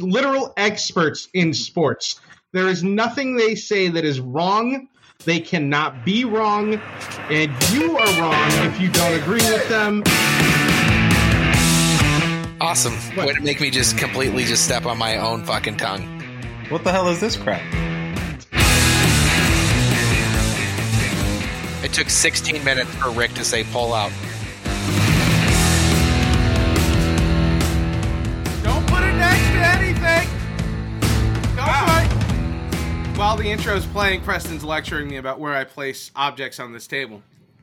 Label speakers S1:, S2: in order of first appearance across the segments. S1: literal experts in sports. There is nothing they say that is wrong. They cannot be wrong, and you are wrong if you don't agree with them.
S2: Awesome. Way to make me just completely just step on my own fucking tongue.
S3: What the hell is this crap?
S2: It took 16 minutes for Rick to say pull out.
S4: Don't put it next to anything. Don't put- Ah. While the intro is playing, Preston's lecturing me about where I place objects on this table.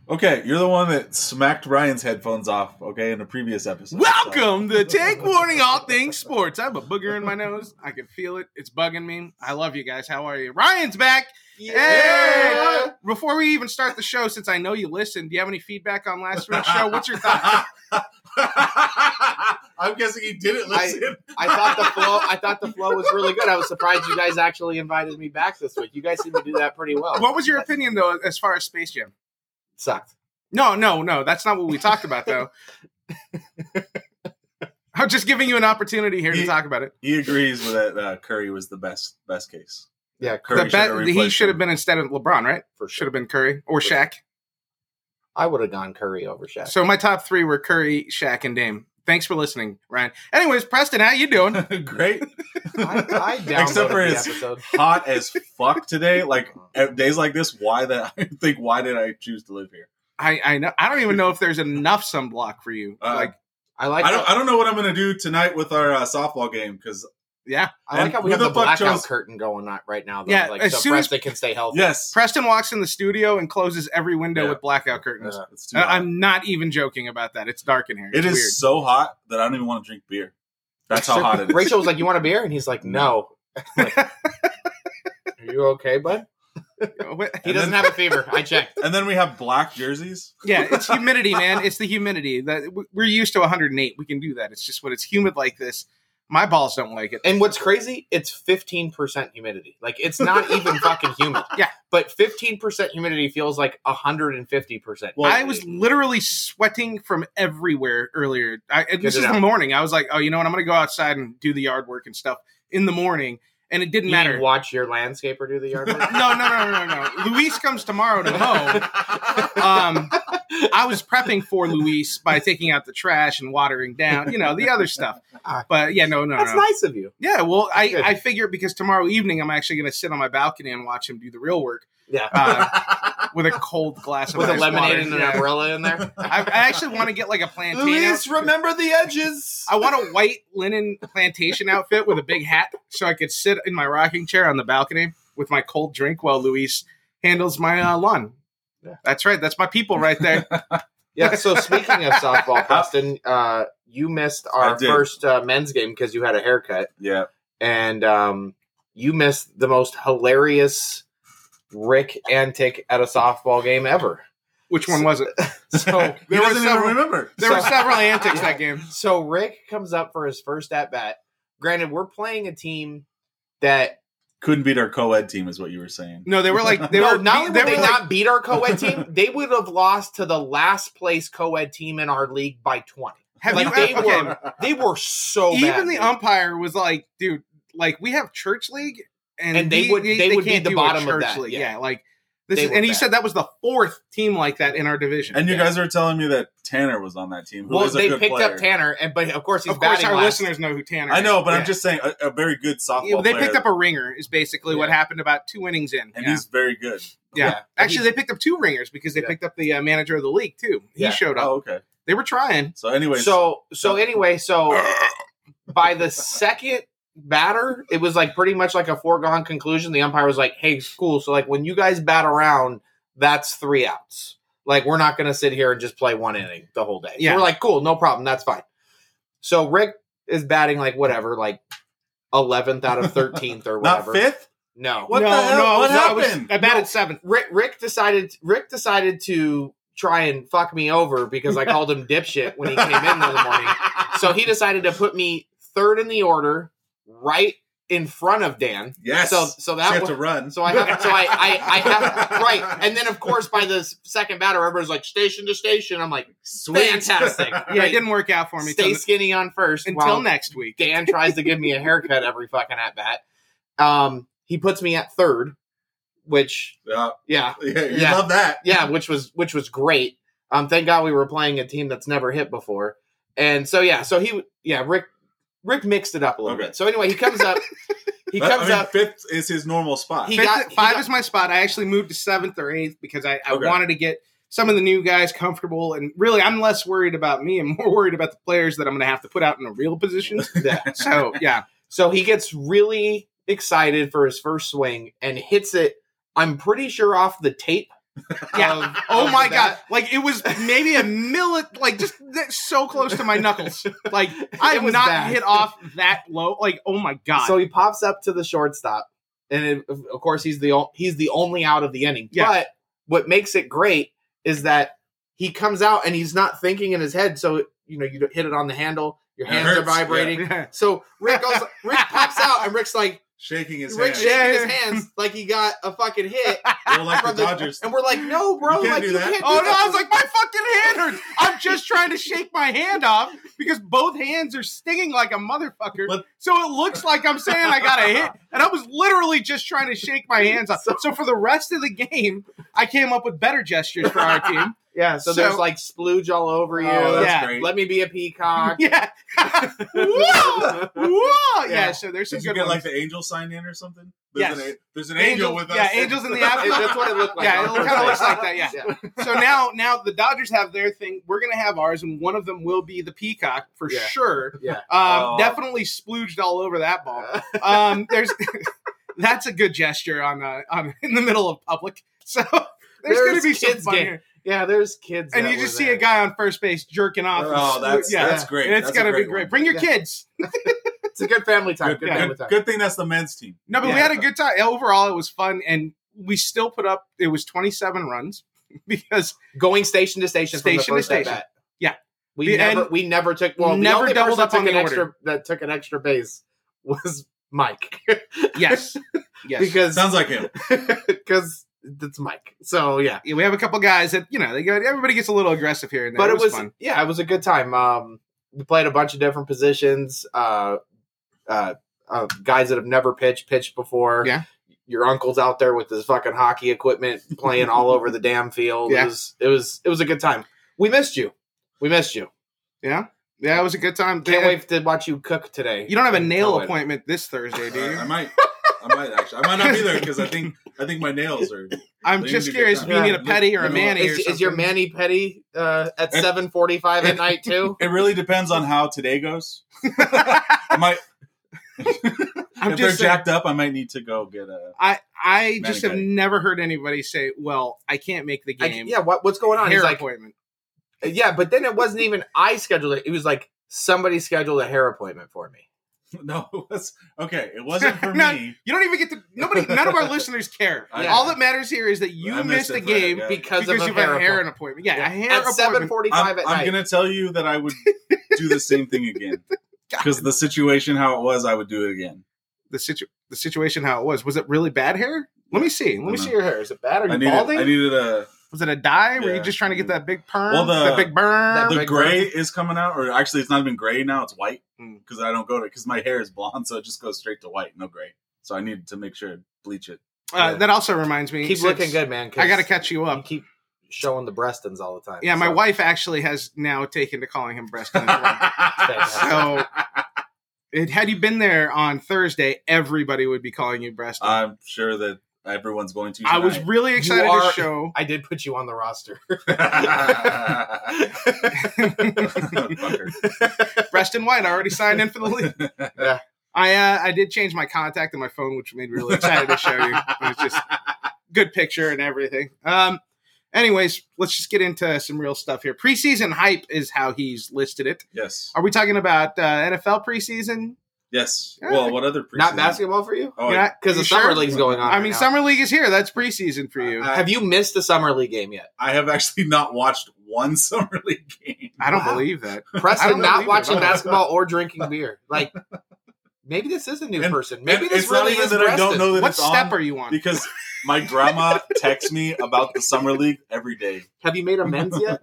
S3: Okay, you're the one that smacked Ryan's headphones off, okay, in a previous episode.
S4: Welcome to Take Warning All Things Sports. I have a booger in my nose. I can feel it. It's bugging me. I love you guys. How are you? Ryan's back. Hey! Before we even start the show, since I know you listened, do you have any feedback on last week's show? What's your thoughts?
S3: I'm guessing he didn't
S5: listen. I thought the flow. I thought the flow was really good. I was surprised you guys actually invited me back this week. You guys seem to do that pretty well.
S4: What was your opinion though as far as Space Jam?
S5: Sucked.
S4: No, no, no. That's not what we talked about though. I'm just giving you an opportunity here to
S3: He-
S4: talk about it.
S3: he agrees with that uh, Curry was the best best case.
S5: Yeah,
S3: Curry
S4: The
S3: should've
S4: bet, he
S3: replaced
S4: should have
S3: him.
S4: been instead of LeBron, right?
S5: for
S4: Should
S5: sure.
S4: have been Curry or
S5: For sure.
S4: Shaq.
S5: I would have gone Curry over Shaq.
S4: So my top three were Curry, Shaq, and Dame. Thanks for listening, Ryan. Anyways, Preston, how you doing?
S3: Great,
S5: I, I downloaded
S3: Except for
S5: the
S3: his-
S5: episode.
S3: hot as fuck today. Like at days like this, why that? I think why did I choose to live here?
S4: I, I know I don't even know if there's enough sunblock for you.
S3: Uh,
S4: like
S5: I like.
S3: I don't.
S5: how,
S3: I don't know what I'm gonna do tonight with our uh, softball game because
S4: yeah.
S5: I like how we
S3: who
S5: have
S3: the
S5: the,
S3: fuck
S5: blackout
S3: chose-
S5: curtain going on right now. Though.
S4: Yeah,
S5: like,
S4: as
S5: so
S4: soon as-
S5: Preston can stay healthy.
S3: yes,
S4: Preston walks in the studio and closes every window
S3: Yeah.
S4: with blackout curtains.
S5: Uh,
S3: it's too
S4: I-
S3: hot.
S4: I'm not even joking about that. It's dark in here.
S3: It
S4: It's
S3: is
S4: weird.
S3: so hot that I don't even want to drink beer. That's how hot it is.
S5: Rachel was like, "You want a beer?" and he's like, "No." Like, Are you okay, bud?
S4: What-
S5: He
S3: And
S5: doesn't have a fever. I checked.
S3: And then we have black jerseys.
S4: yeah, it's humidity, man. It's the humidity that w- we're used to 108. We can do that. It's just when it's humid like this, my balls don't like it.
S5: And what's crazy? It's fifteen percent humidity. Like it's not even fucking humid.
S4: Yeah.
S5: But fifteen percent humidity feels like hundred and fifty percent.
S3: Well,
S4: I was literally sweating from everywhere earlier. I, and this
S5: it
S4: is the
S5: out.
S4: morning. I was like, oh, you know what? I'm going to go outside and do the yard work and stuff in the morning. And it didn't
S5: you
S4: matter. No,
S5: watch your landscaper do the yard work.
S4: no, no, no, no, no. Luis comes tomorrow to mow. Um, I was prepping for Luis by taking out the trash and watering down, you know, the other stuff. But yeah, no, no,
S5: Ah. That's
S4: no.
S5: nice of you.
S4: yeah, well, I,
S5: Good.
S4: I figure because tomorrow evening I'm actually going to sit on my balcony and watch him do the real work
S5: Yeah.
S4: uh, with a cold glass of
S5: With a
S4: ice
S5: lemonade
S4: water.
S5: and an
S4: Yeah.
S5: umbrella in there.
S4: I, I actually want to get like a plantain. out-
S3: remember the edges.
S4: I want a white linen plantation outfit with a big hat so I could sit in my rocking chair on the balcony with my cold drink while Luis handles my uh, lawn.
S5: Yeah.
S4: That's right. That's my people right there.
S5: Yeah. So speaking of softball, Preston, uh, you missed
S3: I
S5: our
S3: did.
S5: first uh, men's game because you had a haircut,
S3: Yeah.
S5: and um, you missed the most hilarious Rick antic at a softball game ever.
S4: Which one was it?
S3: He
S5: So
S4: There were
S3: doesn't even
S4: several-
S3: remember.
S4: There were
S5: So-
S4: several antics that game.
S5: So Rick comes up for his first at bat. Granted, we're playing a team that
S3: Couldn't beat our co-ed team, is what you were saying.
S4: No, they were like they
S5: no,
S4: were
S5: not only
S4: they
S5: would they
S4: were like-
S5: not beat our co-ed team, they would have lost to the last place co-ed team in our league by twenty.
S4: have
S5: Like
S4: you
S5: they
S4: okay,
S5: were they were so bad,
S4: even the
S5: dude.
S4: umpire was like, dude, like we have church league, and,
S5: And they
S4: we-
S5: would- they would be
S4: can't
S5: the
S4: do a
S5: bottom of
S4: church
S5: that,
S4: League.
S5: yeah.
S4: Yeah. like this.
S5: They
S4: Is,
S5: were
S4: and he
S5: bad.
S4: said that was the fourth team like that in our division.
S3: And you
S5: Yeah.
S3: guys were telling me that Tanner was on that team. Who
S5: well,
S3: is a
S5: they
S3: good
S5: picked
S3: player.
S5: up Tanner, and but of course he's
S4: of course,
S5: batting
S4: our
S5: last.
S4: listeners know who Tanner.
S3: I know, but
S4: is.
S3: I'm just saying a, a very good softball.
S4: Yeah, they
S3: player,
S4: picked up a ringer. Is basically what happened about two innings in.
S3: and
S4: yeah.
S3: he's very good.
S4: yeah.
S5: yeah.
S4: Actually, they picked up two ringers because they
S5: Yeah.
S4: picked up the uh, manager of the league too. He
S5: Yeah.
S4: showed up.
S3: Oh, okay.
S4: They were trying.
S3: So, anyways,
S5: So so anyway, so by the second batter, it was like pretty much like a foregone conclusion. The umpire was like, "Hey, cool. So like when you guys bat around, that's three outs. Like we're not going to sit here and just play one inning the whole day.
S4: Yeah.
S5: we're like, cool, no problem. That's fine. So Rick is batting like whatever, like eleventh out of thirteenth or
S3: not
S5: whatever.
S3: fifth.
S5: No,
S3: What
S4: no,
S3: the hell?
S4: No, I
S3: what
S4: was- I was-
S3: happened?
S4: I batted
S5: No.
S4: seventh.
S5: Rick, Rick decided Rick decided to try and fuck me over because I called him dipshit when he came in the other morning. So he decided to put me third in the order, right in front of Dan.
S3: Yes.
S5: So so
S3: you
S5: that
S3: have to
S5: was,
S3: run.
S5: so I have so I, I I have right. And then of course by the s- second batter, everybody's like station to station. I'm like fantastic.
S4: Yeah, it
S5: Great.
S4: didn't work out for me
S5: Stay
S4: till,
S5: skinny on first
S4: until
S5: while
S4: next week.
S5: Dan tries to give me a haircut every fucking at bat. Um, he puts me at third, which
S3: Yeah,
S5: yeah,
S3: yeah, you
S5: Yeah.
S3: love that.
S5: yeah, which was which was great. Um, thank God we were playing a team that's never hit before, and so yeah, so he yeah Rick Rick mixed it up a little
S3: Okay.
S5: bit. So anyway, he comes up, he
S3: But,
S5: comes
S3: I mean,
S5: up.
S3: fifth is his normal spot.
S5: He
S4: Fifth-
S5: got- he
S4: five
S5: got-
S4: is my spot. I actually moved to seventh or eighth because I, I
S3: Okay.
S4: wanted to get some of the new guys comfortable. And really, I'm less worried about me and more worried about the players that I'm going to have to put out in a real position.
S5: Yeah.
S4: so, yeah.
S5: So he gets really excited for his first swing and hits it. I'm pretty sure off the tape.
S4: Yeah.
S5: of-
S4: Oh
S5: of
S4: my
S5: that.
S4: God. Like, it was maybe a millet, like, just that, so close to my knuckles. Like, I
S5: It
S4: have
S5: was
S4: not
S5: bad.
S4: hit off that low. Like, oh my God.
S5: So he pops up to the shortstop, and it, of course he's the o- he's the only out of the inning.
S4: Yeah.
S5: But what makes it great is that he comes out and he's not thinking in his head. So you know you hit it on the handle, your
S3: It
S5: hands are
S3: hurts,
S5: vibrating.
S4: Yeah.
S5: So Rick goes, Rick pops out, and Rick's like
S3: Shaking his head.
S5: Rick shaking his
S4: Yeah.
S5: hands like he got a fucking hit.
S3: Well, like the
S5: from the-
S3: Dodgers.
S5: and we're like, no, bro,
S3: You can't
S5: like
S3: do
S5: you
S3: that.
S5: can't. do
S4: Oh no!
S5: that.
S4: I was like, my fucking hand hurts. I'm just trying to shake my hand off because both hands are stinging like a motherfucker.
S3: But-
S4: so it looks like I'm saying I got a hit, and I was literally just trying to shake my hands off. So, for the rest of the game, I came up with better gestures for our team.
S5: yeah. So,
S4: So-
S5: there's like splooge all over you.
S3: Oh, that's
S4: Yeah.
S3: great.
S5: Let me be a peacock.
S4: yeah. Whoa! Whoa! Yeah. So there's some
S3: Did you
S4: good
S3: get
S4: ones.
S3: like the angel sign in or something?
S4: Yes.
S3: There's an, a- there's an angel,
S4: Angels-
S3: with us.
S4: Yeah, angels in the
S5: It-
S4: afternoon.
S5: that's what it looked like.
S4: Yeah, it
S5: on
S4: kinda looks
S5: Thursday.
S4: like that, yeah. so now now the Dodgers have their thing. We're gonna have ours, and one of them will be the peacock for
S5: Yeah.
S4: sure.
S5: Yeah.
S4: Um,
S3: Oh.
S4: definitely splooged all over that ball. Um, there's that's a good gesture on uh, on in the middle of public. So there's,
S5: There's
S4: gonna be some
S5: kids
S4: fun
S5: game.
S4: here,
S5: Yeah, there's kids,
S4: and
S5: that
S4: you
S5: were
S4: just see
S5: there.
S4: a guy on first base jerking off. and
S3: Oh,
S4: splo-
S3: that's
S4: yeah.
S3: that's great.
S4: And it's
S3: That's a
S4: gonna be
S3: great
S4: great.
S3: one.
S4: Bring your
S5: Yeah.
S4: kids.
S5: It's a good family time.
S3: Good,
S5: Good,
S3: good-
S5: family time.
S3: good thing that's the men's team.
S4: No, but we
S5: Yeah.
S4: had a good time. Overall, it was fun, and we still put up. It was 27 runs because
S5: Going station to station,
S4: Station
S5: from
S4: to
S5: the first at
S4: station.
S5: bat.
S4: Yeah.
S5: we
S4: The-
S5: never
S4: and-
S5: we never took well
S4: Never
S5: the only
S4: doubled
S5: person
S4: up
S5: that took
S4: on the
S5: an extra that took an extra base was Mike
S4: yes, yes.
S5: because
S3: Sounds like him.
S5: because it's Mike. So yeah,
S4: yeah, we have a couple guys that you know they go. Everybody gets a little aggressive here, and there.
S5: but it was,
S4: fun.
S5: yeah, it was a good time. Um, we played a bunch of different positions. Uh, uh, uh, guys that have never pitched pitched before.
S4: Yeah.
S5: Your uncle's out there with his fucking hockey equipment playing all over the damn field.
S4: Yeah.
S5: It was it was it was a good time. We missed you. We missed you.
S4: Yeah, it was a good time.
S5: Can't
S4: They- uh,
S5: wait to watch you cook today.
S4: You don't have a nail
S5: Cohen.
S4: appointment this Thursday, do
S3: I
S4: you?
S3: might. I might actually. I might not be there because I think I think my nails are.
S4: I'm
S3: They
S4: just
S3: need to get
S4: curious if
S3: done.
S4: you need a
S3: Yeah.
S4: petty or a
S3: Is-
S4: manny. or
S5: Is, is your
S4: something. Eh.
S5: Manny Petty uh, at
S3: It-
S5: seven forty five at night too?
S3: It really depends on how today goes. I might.
S4: I'm
S3: if they're
S4: just saying,
S3: jacked up, I might need to go get a.
S4: I I
S3: Manny
S4: just have
S3: petty.
S4: never heard anybody say, "Well, I can't make the
S5: I-
S4: game."
S5: yeah, what what's going on?
S4: Hair
S5: He's like,
S4: appointment.
S5: yeah, but then it wasn't even I scheduled it. It was like somebody scheduled a hair appointment for me.
S3: No, it was okay. It wasn't for
S4: No,
S3: me.
S4: You don't even get to nobody. None of our listeners care.
S3: I-
S5: Yeah.
S4: All that matters here is that you
S3: I missed
S4: missed a
S3: it for that,
S4: game
S3: yeah.
S5: because,
S4: because
S5: of a
S4: you
S5: hair
S4: have a hair
S5: appointment.
S4: an appointment. Yeah, a hair
S5: at seven
S4: appointment.
S5: forty-five
S3: I'm,
S5: at
S3: I'm
S5: night.
S3: gonna tell you that I would do the same thing again because the situation how it was, I would do it again.
S4: The situ the situation how it was was it really bad hair? Let me see. Let me
S3: Mhm.
S4: see your hair. Is it bad? Are
S3: I
S4: you
S3: needed,
S4: balding?
S3: I needed a.
S4: Was it a dye? Were you
S3: Yeah.
S4: just trying to get that big perm?
S3: Well, the-
S4: that big burn.
S5: the-
S3: The
S5: Big
S3: gray is coming out, or actually, it's not even gray now; it's white
S4: Mm.
S3: because I don't go to because my hair is blonde, so it just goes straight to white, no gray. So I needed to make sure to bleach it.
S4: uh, that also reminds me.
S5: Keep
S4: since
S5: looking good, man. 'cause
S4: I got to catch you
S5: You
S4: up.
S5: keep showing the Brestons all the time.
S4: Yeah, my
S5: so.
S4: wife actually has now taken to calling him breast cancer. so, it, had you been there on Thursday, everybody would be calling you breast.
S5: Uh,
S4: cancer.
S3: I'm sure that everyone's going to.
S4: I was
S3: tonight.
S4: really excited
S5: are-
S4: to show.
S5: I did put you on the roster.
S3: Fucker.
S4: Preston White already signed in for the league.
S5: Yeah.
S4: I uh, I did change my contact in my phone, which made me really excited to show you. It's just good picture and everything. Um, anyways, let's just get into some real stuff here. Preseason hype is how he's listed it.
S3: Yes.
S4: Are we talking about uh, NFL preseason?
S3: Yes.
S4: Yeah.
S3: Well, what other preseason?
S5: Not basketball for you
S3: Oh,
S4: You're not-
S5: because
S4: you
S5: the summer
S4: sure?
S5: league's going on.
S4: I
S5: right
S4: mean, uh,
S5: now. Uh,
S4: summer league is here. That's preseason for you.
S3: I,
S5: Have you missed a summer league game yet?
S3: I have actually not watched one summer league game.
S4: I don't
S5: Wow.
S4: believe that. I
S5: Preston
S4: don't
S5: not
S4: believe it.
S5: watching basketball or drinking beer. Like maybe this is a new
S3: And-
S5: person.
S3: And
S5: Maybe this really is
S3: that I don't
S5: Preston.
S3: know that
S4: What
S3: it's
S4: step
S3: on
S4: are you on?
S3: because my grandma texts me about the summer league every day.
S5: Have you made amends yet?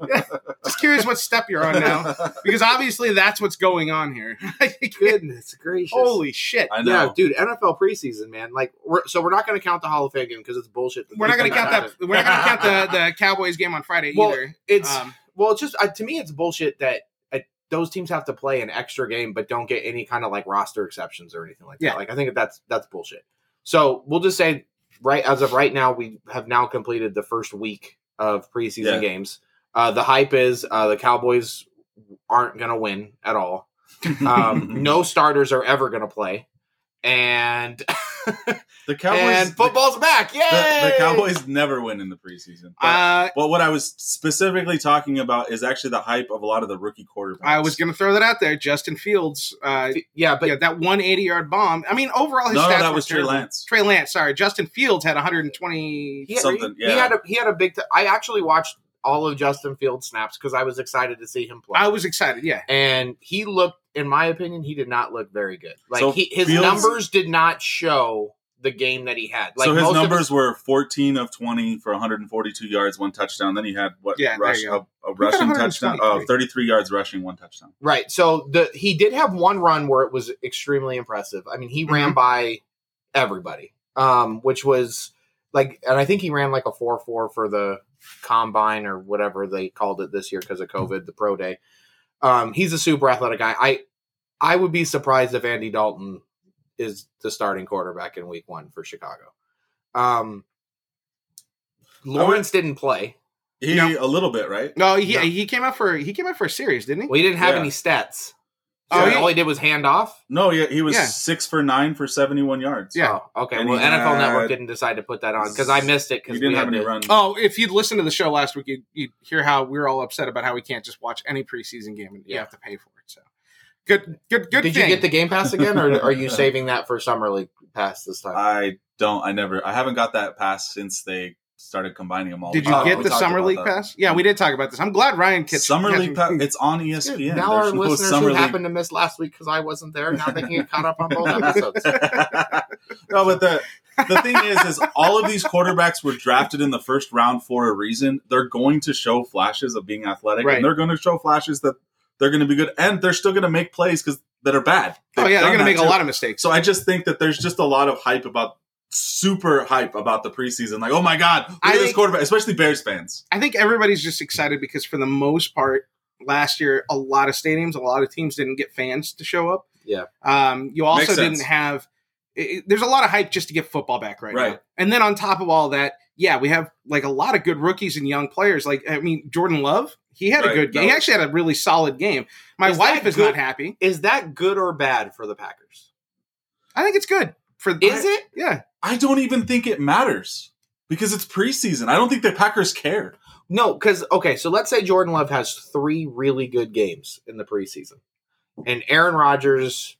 S4: Just curious what step you're on now, because obviously that's what's going on here.
S5: Goodness gracious!
S4: Holy shit!
S3: I know.
S5: Yeah, dude, NFL preseason, man. Like, we're, so we're not going to count the Hall of Fame game because it's bullshit.
S4: We're not going to count that. We're not going to count the, the Cowboys game on Friday
S5: Well,
S4: either.
S5: It's
S4: Um,
S5: well, it's just uh, to me, it's bullshit that uh, those teams have to play an extra game, but don't get any kind of like roster exceptions or anything like
S4: Yeah.
S5: that. Like, I think that's that's bullshit. So we'll just say, right as of right now, we have now completed the first week of preseason
S3: Yeah.
S5: games. Uh, the hype is uh, the Cowboys aren't going to win at all. Um, no starters are ever going to play, and
S3: the Cowboys.
S5: and football's back. Yay!
S3: The, the Cowboys never win in the preseason. But,
S4: uh,
S3: but what I was specifically talking about is actually the hype of a lot of the rookie quarterbacks.
S4: I was going to throw that out there. Justin Fields, uh,
S5: Yeah, but
S4: yeah, that 180 yard bomb. I mean, overall, his
S3: No, no,
S4: stats
S3: that
S4: were
S3: was Trey
S4: terrible.
S3: Lance.
S4: Trey Lance, sorry. Justin Fields had 120.
S5: he had,
S3: Something,
S5: he
S3: yeah.
S5: had a he had a big. T- I actually watched all of Justin Field snaps because I was excited to see him play,
S4: I was excited. Yeah,
S5: and he looked. In my opinion, he did not look very good. Like
S3: So
S5: he, his
S3: Fields-
S5: numbers did not show the game that he had. Like
S3: so his
S5: most of
S3: numbers were 14 of 20 for 142 yards, one touchdown. Then he had what?
S4: Yeah, there
S3: rush,
S4: you
S3: a,
S4: go.
S3: a rushing touchdown. Oh,
S4: 123.
S3: 33 yards rushing, one touchdown.
S5: Right. So the he did have one run where it was extremely impressive. I mean, he ran by everybody, um, which was like, and I think he ran like a four four for the combine or whatever they called it this year because of COVID, the pro day. Um, he's a super athletic guy. I I would be surprised if Andy Dalton is the starting quarterback in Week One for Chicago. Um, Lawrence didn't play.
S3: He
S4: No.
S3: a little bit, right?
S4: no, he
S5: No.
S4: he came out for he came out for a series, didn't he?
S5: Well, he didn't have
S3: Yeah.
S5: any stats. So
S4: Oh, he-
S5: all he did was hand off.
S3: No, yeah, he was
S4: Yeah.
S3: six for nine for 71 yards.
S4: Yeah.
S5: Oh, okay.
S3: And
S5: well,
S3: he
S5: NFL Network
S3: had-
S5: didn't decide to put that on because I missed it
S3: He
S5: because
S3: didn't have any runs.
S4: Oh, if you'd listened to the show last week, you'd, you'd hear how we were all upset about how we can't just watch any preseason game and you
S5: Yeah.
S4: have to pay for it. So good, good, good.
S5: Did
S4: thing.
S5: you get the Game Pass again, or are you saving that for Summer League Pass this time?
S3: I don't. I never. I haven't got that pass since they started combining them all.
S4: Did you
S3: Oh,
S4: get
S3: we
S4: the
S3: talked
S4: summer
S3: about
S4: league
S3: that.
S4: pass? Yeah, we did talk about this. I'm glad Ryan Kitchen.
S3: Summer league pass. It's on E ESPN.
S5: Good.
S3: There's
S5: Now our
S3: no
S5: listeners
S3: summer
S5: who
S3: league
S5: happened to miss last week because I wasn't there, now they can get caught up on both episodes.
S3: no, but the the thing is, is all of these quarterbacks were drafted in the first round for a reason. They're going to show flashes of being athletic,
S4: Right.
S3: and they're going to show flashes that they're going to be good, and they're still going to make plays because that are bad.
S4: Oh yeah, they're gonna make a lot of
S3: Of-
S4: mistakes.
S3: so I just think that there's just a lot of hype about super hype about the preseason. Like, oh my god, look
S4: I
S3: at this
S4: think-
S3: quarterback, especially Bears fans.
S4: I think everybody's just excited because for the most part, last year a lot of stadiums, a lot of teams didn't get fans to show up.
S5: Yeah.
S4: Um, you also
S3: Makes sense.
S4: didn't have. It, it- there's a lot of hype just to get football back right, now.
S3: Right.
S4: And then on top of all that, yeah, we have like a lot of good rookies and young players. Like I mean, Jordan Love, he had a
S3: Right,
S4: good game.
S3: that
S4: He
S3: was-
S4: actually had a really solid game. My
S5: Is that
S4: wife is not
S5: good?
S4: happy.
S5: Is that good or bad for the Packers?
S4: I think it's good for.
S5: Is it?
S4: Yeah.
S3: I don't even think it matters because it's preseason. I don't think the Packers care.
S5: No, because okay, so let's say Jordan Love has three really good games in the preseason, and Aaron Rodgers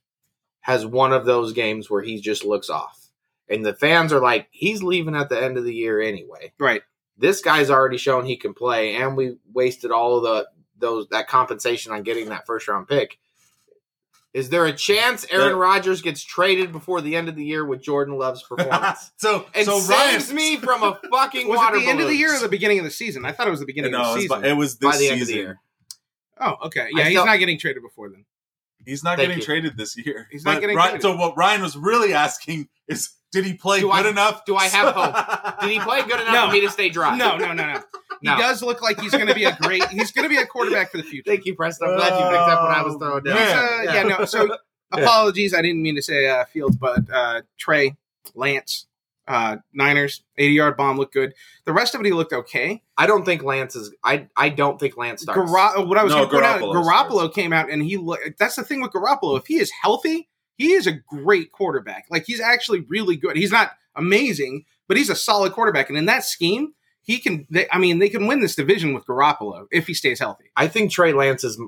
S5: has one of those games where he just looks off, and the fans are like, he's leaving at the end of the year anyway.
S4: Right.
S5: This guy's already shown he can play, and we wasted all of the those that compensation on getting that first round pick. Is there a chance Aaron
S3: There-
S5: Rodgers gets traded before the end of the year with Jordan Love's performance?
S3: so
S5: And
S3: so
S5: saves
S3: Ryan,
S5: me from a fucking
S4: Was
S5: water
S4: it the end of the
S5: balloon.
S4: year or the beginning of the season? I thought it was the beginning
S3: No,
S4: of
S3: it
S4: the
S3: was,
S4: season.
S3: by- it was this
S5: by the
S3: season.
S5: end of the year?
S4: oh, okay. Yeah,
S5: I
S4: he's
S5: felt-
S4: not getting traded before then.
S3: He's not
S5: Thank
S3: getting
S5: you.
S3: traded this year.
S4: He's not
S3: But
S4: getting
S3: Ryan-
S4: traded.
S3: So what Ryan was really asking is, did he play
S5: Do
S3: good
S5: I-
S3: enough?
S5: do I have hope? Did he play good enough
S4: No.
S5: for me to stay dry?
S4: No, no, no, no.
S5: No.
S4: He does look like he's going to be a great. He's going to be a quarterback for the future.
S5: Thank you, Preston. I'm glad you picked
S3: Uh,
S5: up what I was throwing down.
S4: He's,
S3: Yeah,
S4: uh, yeah. no. So apologies, I didn't mean to say uh, Fields, but uh, Trey Lance, uh, Niners, eighty-yard bomb looked good. The rest of it, he looked okay.
S5: I don't think Lance is. I I don't think Lance starts.
S4: Gara- what I was
S3: No,
S4: going to point out,
S3: Garoppolo
S4: Garoppolo came out and he looked. That's the thing with Garoppolo. If he is healthy, he is a great quarterback. Like he's actually really good. He's not amazing, but he's a solid quarterback. And in that scheme, he can. They, I mean, they can win this division with Garoppolo if he stays healthy.
S5: I think Trey Lance is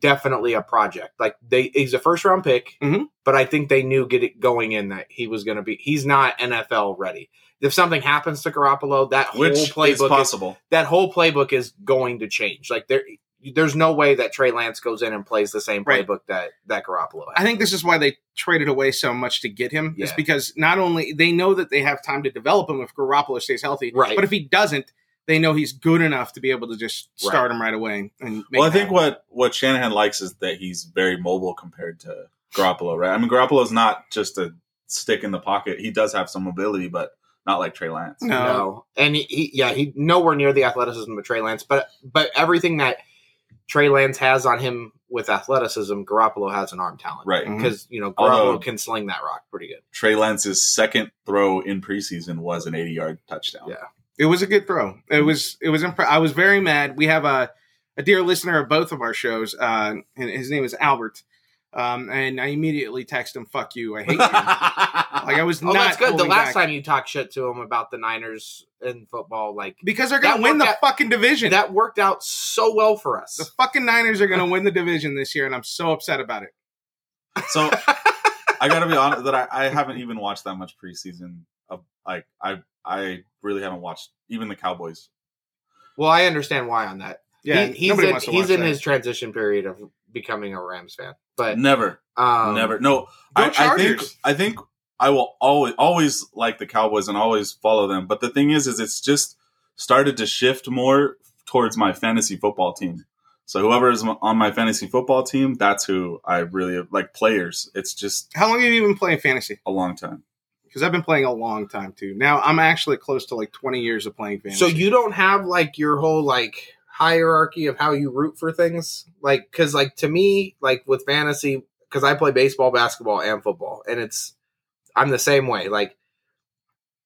S5: definitely a project. Like they, he's a first round pick,
S4: Mhm.
S5: but I think they knew get it going in that he was going to be. He's not NFL ready. If something happens to Garoppolo, that
S3: Which
S5: whole
S3: is
S5: playbook, is,
S3: possible.
S5: that whole playbook is going to change. Like there, there's no way that Trey Lance goes in and plays the same
S4: Right.
S5: playbook that that Garoppolo
S4: I
S5: had.
S4: think this is why they traded away so much to get him. Is
S5: Yeah.
S4: because not only they know that they have time to develop him if Garoppolo stays healthy,
S5: Right.
S4: But if he doesn't, they know he's good enough to be able to just start him right away. And make
S3: Well, I think
S4: that.
S3: what what Shanahan likes is that he's very mobile compared to Garoppolo, right? I mean, Garoppolo's not just a stick in the pocket. He does have some ability, but not like Trey Lance.
S4: no,
S5: No, and he, he yeah he nowhere near the athleticism of Trey Lance, but but everything that Trey Lance has on him with athleticism, Garoppolo has an arm talent,
S3: Right.
S4: Mhm.
S5: Because you know Garoppolo
S3: Although-
S5: can sling that rock pretty good.
S3: Trey Lance's second throw in preseason was an 80 yard touchdown.
S5: Yeah.
S4: It was a good throw. It
S5: Mm-hmm.
S4: was it was impre- I was very mad. We have a a dear listener of both of our shows. Uh, and his name is Albert. Um, and I immediately text him, "Fuck you, I hate you." like I was
S5: Oh,
S4: not
S5: that's good. The
S4: holding back.
S5: last time you talked shit to him about the Niners in football, like
S4: because they're
S5: That
S4: gonna win the
S5: worked
S4: fucking division.
S5: that worked out so well for us.
S4: the fucking Niners are gonna win the division this year, and I'm so upset about it.
S3: So I got to be honest that I, I haven't even watched that much preseason. Of, like I I really haven't watched even the Cowboys.
S5: Well, I understand why on that.
S4: Yeah,
S5: He- he's
S4: nobody
S5: in,
S4: wants to
S5: he's
S4: watch
S5: in
S4: that.
S5: his transition period of becoming a Rams fan, but
S3: Never,
S5: um,
S3: never. No, I, I think
S4: Chargers.
S3: I think I will always always like the Cowboys and always follow them. But the thing is, is it's just started to shift more towards my fantasy football team. So whoever is on my fantasy football team, that's who I really like. Players, it's just
S4: How long have you been playing fantasy?
S3: a long time.
S4: Because I've been playing a long time too. Now I'm actually close to like 20 years of playing fantasy.
S5: So you don't have like your whole like hierarchy of how you root for things, like because like to me, like with fantasy, because I play baseball, basketball, and football, and it's I'm the same way. Like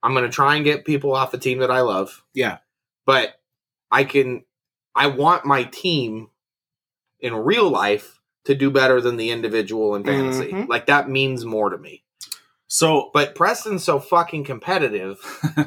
S5: I'm gonna try and get people off the team that I love.
S4: Yeah.
S5: but I can. I want my team in real life to do better than the individual in fantasy.
S4: Mhm.
S5: Like that means more to me.
S3: So
S5: But Preston's so fucking competitive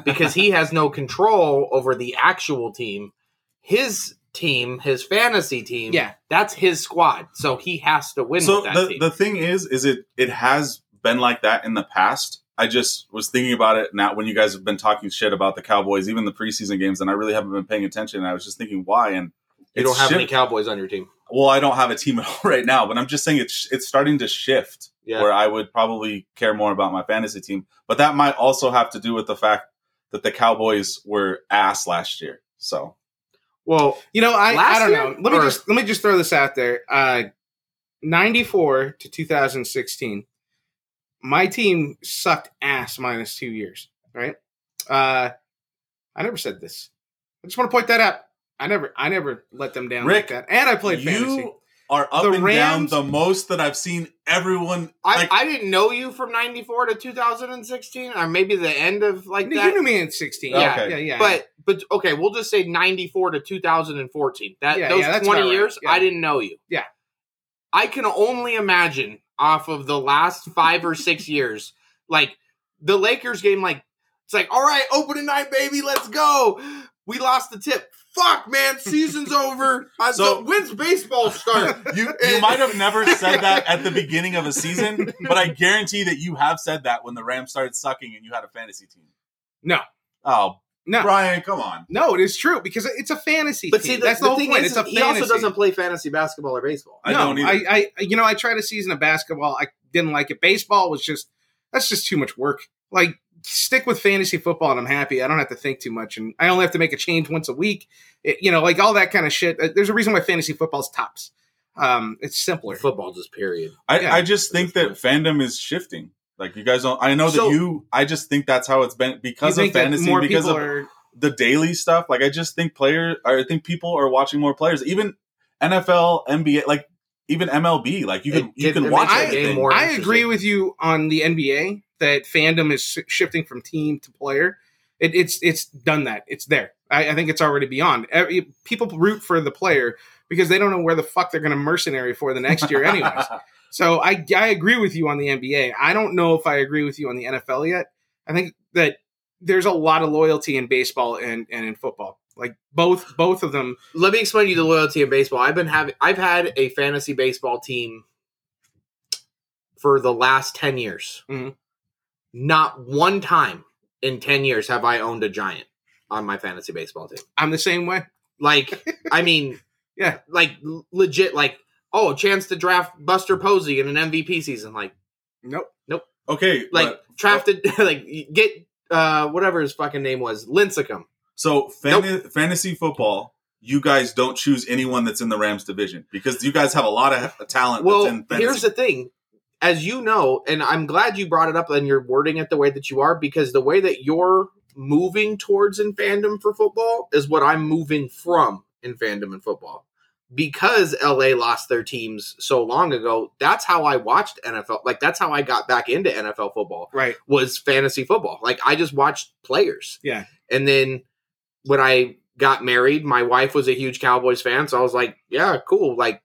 S5: because he has no control over the actual team. His team, his fantasy team,
S4: Yeah.
S5: that's his squad. So he has to win
S3: so
S5: with that
S3: the,
S5: team.
S3: the thing is is it it has been like that in the past i just was thinking about it now when you guys have been talking shit about the cowboys even the preseason games and i really haven't been paying attention and i was just thinking why and
S5: you don't
S3: it's
S5: have any
S3: shift-
S5: Cowboys on your team.
S3: well i don't have a team at all right now but i'm just saying it's it's starting to shift
S5: Yeah.
S3: where i would probably care more about my fantasy team but that might also have to do with the fact that the cowboys were ass last year so
S5: Well,
S4: You know, I, I
S5: Last
S4: don't
S5: year?
S4: know. Let me
S5: Or-
S4: just let me just throw this out there. Uh, Ninety four to two thousand sixteen, my team sucked ass minus two years. Right? Uh, I never said this. I just want to point that out. I never I never let them down
S3: Rick,
S4: like that. And I played
S3: you
S4: fantasy.
S3: are up
S4: The
S3: and
S4: Rams-
S3: down the most that i've seen everyone
S5: I,
S3: like,
S5: I didn't know you from 94 to 2016 or maybe the end of like
S4: No,
S5: that.
S4: you knew me in sixteen.
S3: Yeah.
S4: Yeah, yeah, yeah.
S5: but but okay, we'll just say 94 to 2014. That
S4: Yeah,
S5: those
S4: yeah, that's
S5: 20
S4: about right.
S5: years,
S4: Yeah.
S5: I didn't know you.
S4: Yeah.
S5: I can only imagine off of the last 5 or 6 years like the Lakers game like it's like, "All right, opening night baby, let's go." We lost the tip. Fuck, man, season's over. I,
S3: So-
S5: so, when's baseball start?
S3: You you might have never said that at the beginning of a season, but I guarantee that you have said that when the Rams started sucking and you had a fantasy team.
S4: No.
S3: Oh,
S4: no.
S3: Brian, come on.
S4: No, it is true because it's a fantasy.
S5: But
S4: team.
S5: see, the,
S4: that's the,
S5: the
S4: whole
S5: thing
S4: point.
S5: is,
S4: it's a
S5: he
S4: fantasy.
S5: also doesn't play fantasy basketball or baseball.
S3: I don't either.
S4: I, I, you know, I tried a season of basketball. I didn't like it. Baseball was just that's just too much work. Like stick with fantasy football, and I'm happy. I don't have to think too much, and I only have to make a change once a week. It- you know, like all that kind of shit. Uh, There's a reason why fantasy football's tops. Um, it's simpler.
S5: Football just period.
S3: I,
S4: Yeah.
S3: I just think that fandom is shifting. Like you guys don't I know that
S5: So-
S3: you I just think that's how it's been because of fantasy, because of
S4: are
S3: the daily stuff. Like I just think player I think people are watching more players. Even NFL, NBA, like even MLB. Like you
S5: It
S3: can you
S5: did- it
S3: can
S5: makes
S3: watch
S4: the game
S3: everything.
S5: more-
S4: I
S5: interested.
S4: agree with you on the NBA that fandom is sh- shifting from team to player. It, it's it's done that. It's there. I, I think it's already beyond. Every, people root for the player because they don't know where the fuck they're going to mercenary for the next year, anyways. so I I agree with you on the NBA. I don't know if I agree with you on the NFL yet. I think that there's a lot of loyalty in baseball and and in football. Like both both of them.
S5: let me explain to you the loyalty of baseball. I've been having I've had a fantasy baseball team for the last 10 years.
S4: Mhm.
S5: Not one time in 10 years have I owned a giant on my fantasy baseball team.
S4: I'm the same way.
S5: Like, I mean,
S4: Yeah.
S5: like l- legit, like oh, chance to draft Buster Posey in an MVP season, like
S4: Nope.
S3: Okay,
S5: like
S3: but-
S5: drafted, like get uh whatever his fucking name was, Lincecum.
S3: so fan- fantasy football. You guys don't choose anyone that's in the Rams division because you guys have a lot of ha- talent. that's
S5: Well,
S3: in fantasy.
S5: here's the thing. As you know, and I'm glad you brought it up and you're wording it the way that you are, because the way that you're moving towards in fandom for football is what I'm moving from in fandom and football. Because LA lost their teams so long ago, that's how I watched NFL. Like, that's how I got back into NFL football
S4: Right.
S5: was fantasy football. Like I just watched players.
S4: Yeah.
S5: And then when I got married, my wife was a huge Cowboys fan, so I was like, yeah, cool. Like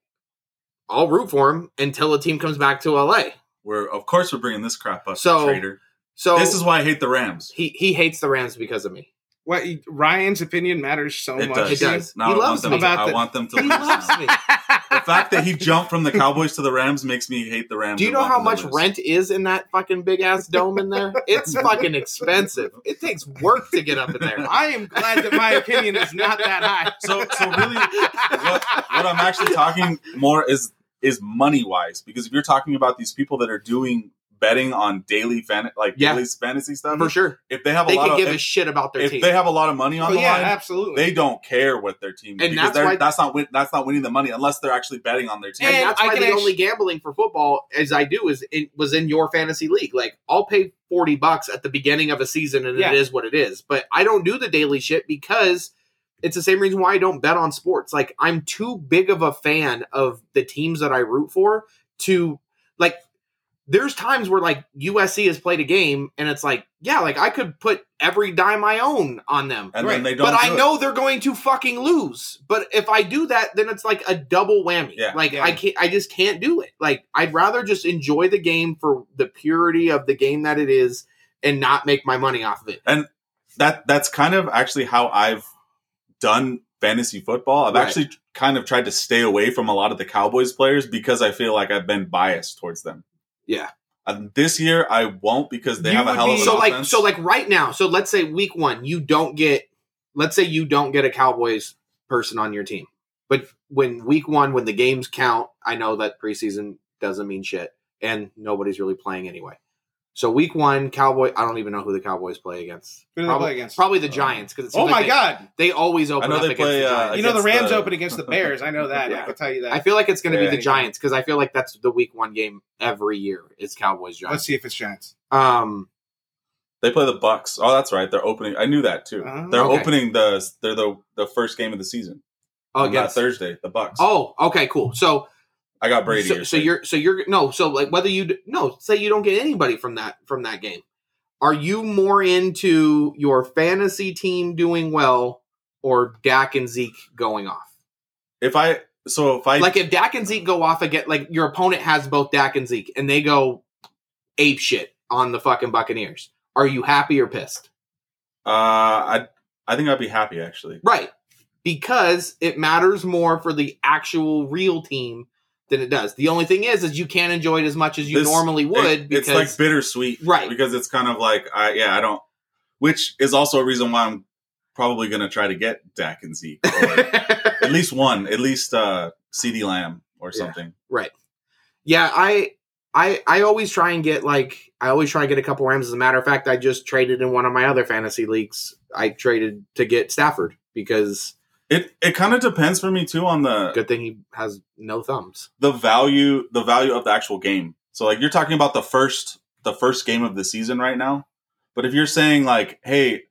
S5: I'll root for him until a team comes back to LA.
S3: we're of course we're bringing this crap up,
S5: So-
S3: traitor.
S5: So
S3: this is why I hate the Rams.
S5: he he hates the Rams because of me.
S4: What Ryan's opinion matters so
S3: It
S4: much.
S3: does.
S5: It does.
S3: Now
S5: Oh He
S3: I want
S5: loves
S3: them.
S5: me.
S3: To,
S4: About
S3: I
S4: the-
S3: want them to
S5: He
S3: lose.
S5: loves
S3: now.
S5: me.
S3: The fact that he jumped from the Cowboys to the Rams makes me hate the Rams.
S5: Do you
S3: and
S5: know
S3: want
S5: how
S3: them to
S5: much
S3: lose.
S5: rent is in that fucking big ass dome in there? It's fucking expensive. It takes work to get up in there.
S4: I am glad that my opinion is not that high.
S3: So, so really, what, what I'm actually talking more is is money wise because if you're talking about these people that are doing betting on daily fan like
S5: Yeah.
S3: daily fantasy stuff,
S5: For sure.
S3: if they have
S5: They
S3: a lot
S5: could
S3: of
S5: give a
S3: if,
S5: shit about their
S3: if
S5: team.
S3: they have a lot of money on
S4: Oh,
S3: the
S4: yeah,
S3: line,
S4: absolutely.
S3: they don't care what their team is
S5: And
S3: because
S5: that's
S3: that's,
S5: why-
S3: that's not win, that's not winning the money unless they're actually betting on their team.
S5: and,
S4: And
S5: that's
S4: I
S5: why
S4: can
S5: the
S4: actu-
S5: only gambling for football as I do is in, was in your fantasy league. Like I'll pay forty bucks at the beginning of a season, and
S4: Yeah.
S5: it is what it is. But I don't do the daily shit because it's the same reason why I don't bet on sports. Like I'm too big of a fan of the teams that I root for to like. There's times where like USC has played a game, and it's like, yeah, like I could put every dime I own on them
S3: and
S4: Right.
S3: then they don't.
S5: but I
S3: do it.
S5: know they're going to fucking lose. But if I do that, then it's like a double whammy.
S3: Yeah.
S5: Like
S4: Yeah.
S5: I can't. I just can't do it. Like I'd rather just enjoy the game for the purity of the game that it is, and not make my money off of it.
S3: that that's kind of actually how I've done fantasy football. I've
S5: Right.
S3: actually kind of tried to stay away from a lot of the Cowboys players because I feel like I've been biased towards them.
S5: Yeah.
S3: And this year I won't because they
S4: You
S3: have a
S4: would
S3: hell of
S4: be-
S3: an
S5: So like,
S3: offense.
S5: so like right now. So let's say week one, you don't get. Let's say you don't get a Cowboys person on your team, but when week one, when the games count, I know that preseason doesn't mean shit, and nobody's really playing anyway. So week one, Cowboy. I don't even know who the Cowboys play against.
S4: Who do they
S5: probably,
S4: play against?
S5: Probably the
S3: Uh,
S5: Giants because
S4: oh my god!
S5: they always open
S3: know
S5: up
S3: they
S5: against
S3: play,
S5: the
S3: uh,
S5: Giants.
S4: You know the
S3: Against
S4: Rams
S3: the-
S4: open against the Bears. I know that.
S5: Yeah.
S4: I can tell you that.
S5: I feel like it's going to
S3: Yeah.
S5: be the Giants because I feel like that's the week one game every year. It's Cowboys
S4: Let's
S5: Giants.
S4: see if it's Giants.
S5: Um,
S3: they play the Bucks. Oh, that's right. They're opening. I knew that too.
S4: Oh.
S3: they're
S5: Okay.
S3: opening the they're the the first game of the season
S5: oh,
S3: on that
S5: against
S3: Thursday. The Bucks.
S5: oh, okay, cool. So
S3: I got Brady.
S5: So, so
S3: you're.
S5: you're so you're no so like whether you d- no say you don't get anybody from that from that game. Are you more into your fantasy team doing well or Dak and Zeke going off?
S3: If I so if I uh,
S5: like if Dak and Zeke go off again, like your opponent has both Dak and Zeke and they go ape shit on the fucking Buccaneers. Are you happy or pissed?
S3: uh I I think I'd be happy actually.
S5: Right. Because it matters more for the actual real team than it does. The only thing is is you can't enjoy it as much as you
S3: This-
S5: normally would
S3: It-
S5: because
S3: it's like bittersweet,
S5: Right.
S3: Because it's kind of like, I yeah, I don't. Which is also a reason why I'm probably going to try to get Dak and Zeke, or at least one, at least uh CD Lamb or
S5: Yeah.
S3: something.
S5: yeah i i i always try and get like i always try and get a couple rams as a matter of fact i just traded in one of my other fantasy leagues i traded to get stafford because
S3: It it kind of depends for me too on the
S5: good thing he has no thumbs
S3: the value the value of the actual game. So like you're talking about the first the first game of the season right now. But if you're saying like, hey,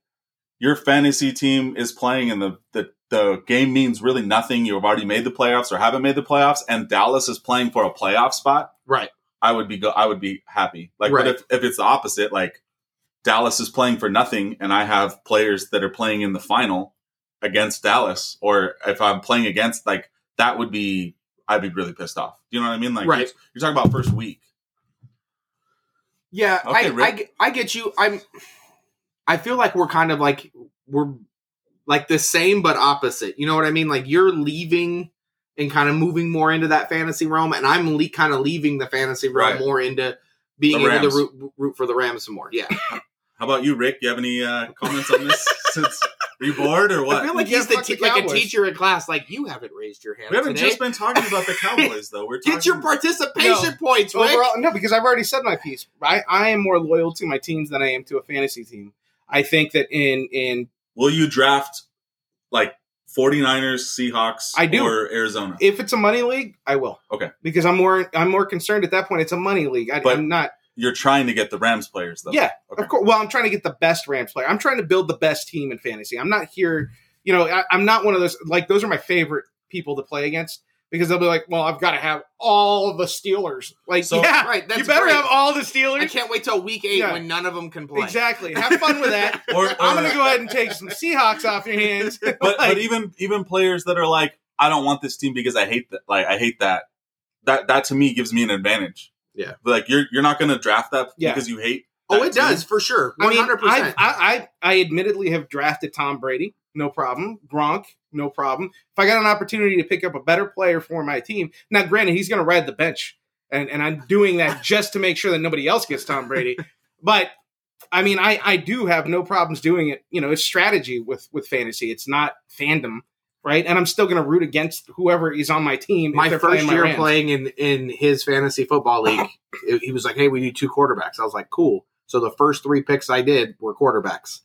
S3: your fantasy team is playing and the the, the game means really nothing, you've already made the playoffs or haven't made the playoffs, and Dallas is playing for a playoff spot,
S5: right
S3: I would be go I would be happy. Like
S5: Right.
S3: but if, if it's the opposite, like Dallas is playing for nothing and I have players that are playing in the final against Dallas, or if I'm playing against like that would be I'd be really pissed off. Do you know what I mean? Like
S5: Right.
S3: you're, you're talking about first week.
S5: yeah
S3: Okay,
S5: I,
S3: Rick.
S5: I get- I get you i'm i feel like we're kind of like we're like the same but opposite you know what i mean like you're leaving and kind of moving more into that fantasy realm and i'm le- kind of leaving the fantasy realm
S3: Right.
S5: more into being
S3: The
S5: able to
S3: Rams.
S5: root, root for the rams some more yeah
S3: How about you, Rick? You have any uh, comments on this? Since are you bored or what?
S5: I feel like
S3: we
S5: he's the
S4: fuck the
S5: te- like a
S4: Cowboys.
S5: teacher in class. Like you haven't raised your hand.
S3: haven't
S5: today.
S3: just been talking about the Cowboys though. We're talking,
S5: get your participation points, Rick.
S4: Overall, no, because I've already said my piece. I, I am more loyal to my teams than I am to a fantasy team. I think that in in
S3: Will you draft like 49ers, Seahawks,
S4: I do.
S3: or Arizona?
S4: if it's a money league, I will.
S3: Okay.
S4: Because I'm more I'm more concerned at that point. It's a money league. I,
S3: But-
S4: I'm not.
S3: You're trying to get the Rams players though.
S4: Yeah,
S3: Okay.
S4: Of course. Well, I'm trying to get the best Rams player. I'm trying to build the best team in fantasy. I'm not here. You know, I, I'm not one of those. Like those are my favorite people to play against because they'll be like, well, I've got to have all the Steelers. Like,
S3: So-
S4: yeah,
S5: Right, that's
S4: you better
S5: great.
S4: have all the
S5: I
S4: Steelers.
S5: can't wait till week eight
S4: Yeah.
S5: when none of them can play.
S4: Exactly. Have fun with that.
S3: Or,
S4: I'm
S3: or-
S4: gonna go ahead and take some Seahawks off your hands.
S3: but,
S4: Like-
S3: but even even players that are like, I don't want this team because I hate that. Like I hate that. That that to me gives me an advantage.
S5: Yeah.
S3: But, like you're you're not gonna draft that
S4: Yeah.
S3: because you hate.
S5: Oh,
S3: that
S5: it
S3: team.
S5: does for sure.
S4: I
S5: One
S4: mean, I,
S5: hundred percent.
S4: I, I, I admittedly have drafted Tom Brady, no problem. Gronk, no problem. If I got an opportunity to pick up a better player for my team, now granted, he's going to ride the bench, and and I'm doing that just to make sure that nobody else gets Tom Brady. but I mean, I I do have no problems doing it. You know, it's strategy with with fantasy. It's not fandom, right? And I'm still going to root against whoever is on my team. if
S5: My
S4: they're
S5: first
S4: playing my
S5: year
S4: Rams.
S5: playing in in his fantasy football league, it- he was like, "Hey, we need two quarterbacks." I was like, "Cool." So the first three picks I did were quarterbacks.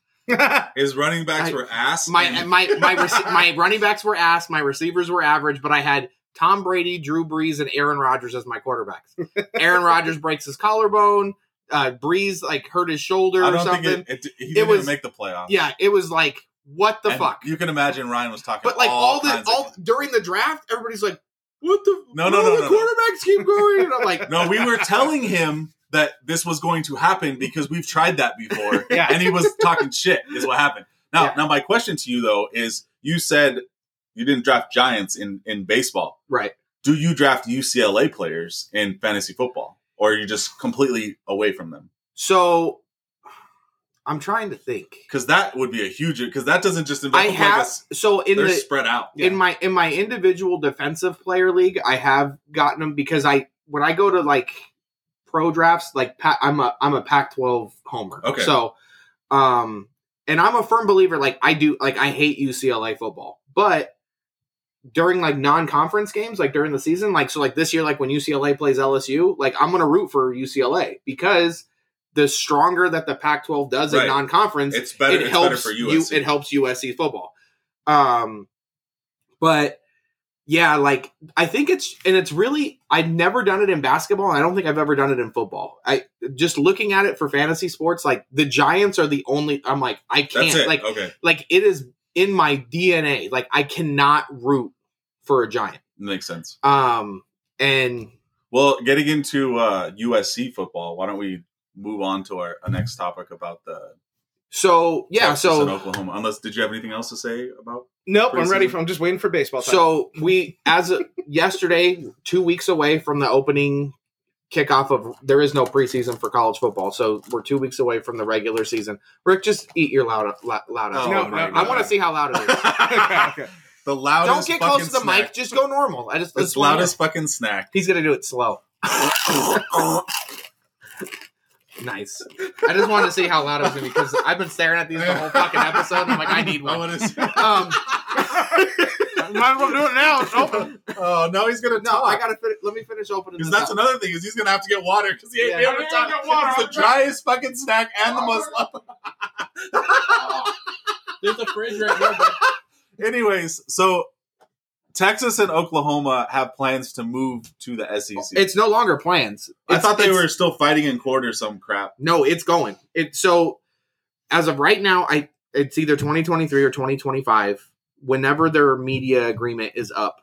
S3: His running backs
S5: I-
S3: were ass.
S5: My
S3: and-
S5: my my rece- my running backs were ass. My receivers were average, but I had Tom Brady, Drew Brees, and Aaron Rodgers as my quarterbacks. Aaron Rodgers breaks his collarbone. Uh, Brees like hurt his shoulder
S3: I
S5: or
S3: don't
S5: something.
S3: think it, it, he didn't
S5: was-
S3: even make the playoffs.
S5: yeah, it was like what the
S3: And
S5: fuck.
S3: You can imagine Ryan was talking.
S5: But like all, the
S3: kinds of-
S5: all during the draft, everybody's like, "What the?
S3: No, no,
S5: all
S3: no, no,
S5: The
S3: no.
S5: quarterbacks keep going, and I'm like,
S3: No, we were telling him that this was going to happen because we've tried that before,
S4: Yeah.
S3: and he was talking shit. Is what happened. Now,
S5: Yeah.
S3: now my question to you though is: you said you didn't draft Giants in in baseball.
S5: right?
S3: Do you draft UCLA players in fantasy football, or are you just completely away from them?
S5: So I'm trying to think.
S3: Because that would be a huge. Because that doesn't just involve
S5: I
S3: like
S5: have
S3: us.
S5: so in
S3: They're
S5: the
S3: spread out.
S5: in my in my individual defensive player league, I have gotten them because I when I go to like pro drafts, like Pa- I'm a I'm a Pac-12 homer.
S3: Okay.
S5: so um, and I'm a firm believer. Like I do, like I hate UCLA football, but during like non-conference games, like during the season, like so, like this year, like when UCLA plays LSU, like I'm gonna root for UCLA because the stronger that the Pac-12 does
S3: Right.
S5: in non-conference,
S3: It's better.
S5: it
S3: it's
S5: helps
S3: better for
S5: you-
S3: USC.
S5: it helps USC football. Um, but yeah, like I think it's and it's really I've never done it in basketball. And I don't think I've ever done it in football. I just looking at it for fantasy sports, like the Giants are the only. I'm like I
S3: That's
S5: can't
S3: it. Oh.
S5: like
S3: okay.
S5: like it is in my DNA. Like I cannot root for a Giant.
S3: Makes sense.
S5: Um, and
S3: Well, getting into uh, USC football, why don't we move on to our, our next topic about the
S5: so yeah,
S3: Texas
S5: so
S3: and Oklahoma? Unless, did you have anything else to say about?
S4: nope, I'm
S3: Preseason.
S4: ready for. I'm just waiting for baseball. Time.
S5: So we, as of yesterday, two weeks away from the opening kickoff of there is no preseason for college football, so we're two weeks away from the regular season. Rick, just eat your loud, loud, loud ass.
S3: Oh
S4: No,
S3: my
S4: no,
S5: I want to
S3: God.
S5: see how loud it is.
S4: Okay.
S3: the loudest.
S5: Don't get
S3: fucking
S5: close to the
S3: snack.
S5: mic. Just go normal. I just
S3: It's
S5: just wanna-
S3: loudest fucking snack.
S5: He's gonna do it slow. nice. I just wanted to see how loud it was gonna be because I've been staring at these the whole fucking episode. And I'm like, I need
S3: I
S5: one.
S3: wanna see-
S5: Um,
S4: Might as well do it now. It's open.
S3: oh, now he's gonna
S5: no,
S3: talk.
S5: I gotta fin- let me finish opening.
S3: because
S5: This
S3: that's
S5: up.
S3: another thing is he's gonna have to get water because he ain't
S5: Yeah.
S3: be able to
S4: I'm
S3: talk.
S4: gonna get water.
S3: It's the driest fucking snack and the most.
S5: There's a fridge right there. but-
S3: Anyways, so Texas and Oklahoma have plans to move to the SEC.
S5: It's no longer plans.
S3: I
S5: It's-
S3: thought they
S5: it's-
S3: were still fighting in court or some crap.
S5: No, it's going. It so as of right now, I it's either 2023 or 2025. Whenever their media agreement is up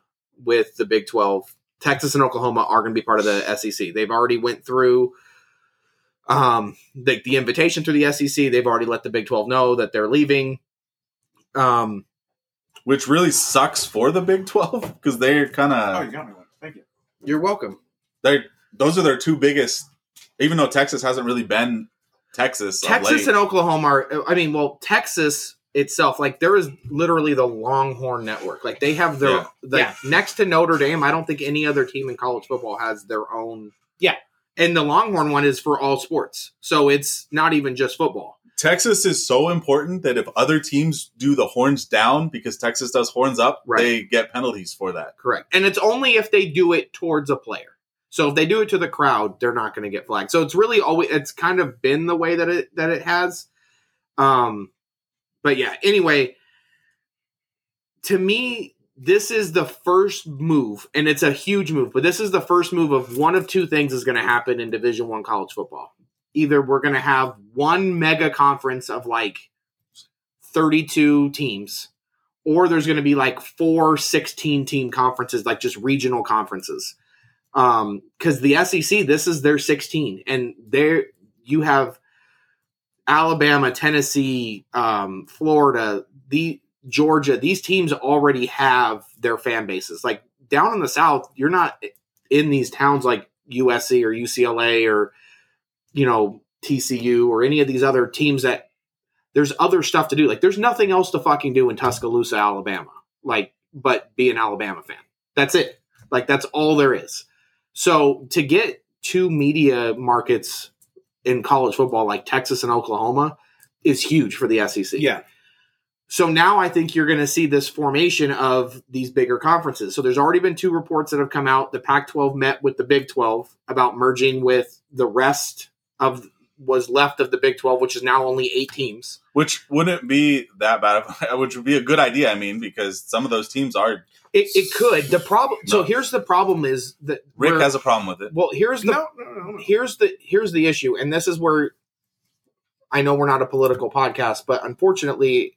S5: with the Big 12, Texas and Oklahoma are going to be part of the SEC. They've already went through um the, the invitation through the SEC. They've already let the Big 12 know that they're leaving. Um
S3: which really sucks for the Big Twelve because they're kind
S4: Oh,
S3: of
S4: you got me one. Thank you.
S5: you're welcome.
S3: they those are their two biggest. Even though Texas hasn't really been Texas, uh, of
S5: Texas
S3: late.
S5: and Oklahoma are I mean, well, Texas itself, like there is literally the Longhorn network. Like they have their
S3: Yeah.
S5: like
S4: Yeah.
S5: next to Notre Dame, I don't think any other team in college football has their own
S4: Yeah.
S5: And the Longhorn one is for all sports. So it's not even just football.
S3: Texas is so important that if other teams do the horns down because Texas does horns up,
S5: Right.
S3: they get penalties for that.
S5: Correct. And it's only if they do it towards a player. So if they do it to the crowd, they're not going to get flagged. So it's really always it's kind of been the way that it that it has. Um but yeah, anyway, to me this is the first move and it's a huge move, but this is the first move of one of two things is going to happen in Division 1 college football. Either we're going to have one mega conference of like 32 teams or there's going to be like four 16 team conferences like just regional conferences um because the sec this is their 16 and there you have alabama tennessee um florida the georgia these teams already have their fan bases like down in the south you're not in these towns like usc or ucla or you know tcu or any of these other teams that there's other stuff to do. Like there's nothing else to fucking do in Tuscaloosa, Alabama. Like, but be an Alabama fan. That's it. Like that's all there is. So to get two media markets in college football like Texas and Oklahoma is huge for the SEC.
S4: Yeah.
S5: So now I think you're going to see this formation of these bigger conferences. So there's already been two reports that have come out. The Pac-12 met with the Big 12 about merging with the rest of was left of the Big 12, which is now only 8 teams.
S3: Which wouldn't be that bad, of, which would be a good idea. I mean, because some of those teams are.
S5: It, it could. The problem. So
S3: No.
S5: here's the problem: is that
S3: Rick
S5: we're-
S3: has a problem with it.
S5: Well, here's the
S4: No, no, no, no.
S5: here's the here's the issue, and this is where I know we're not a political podcast, but unfortunately,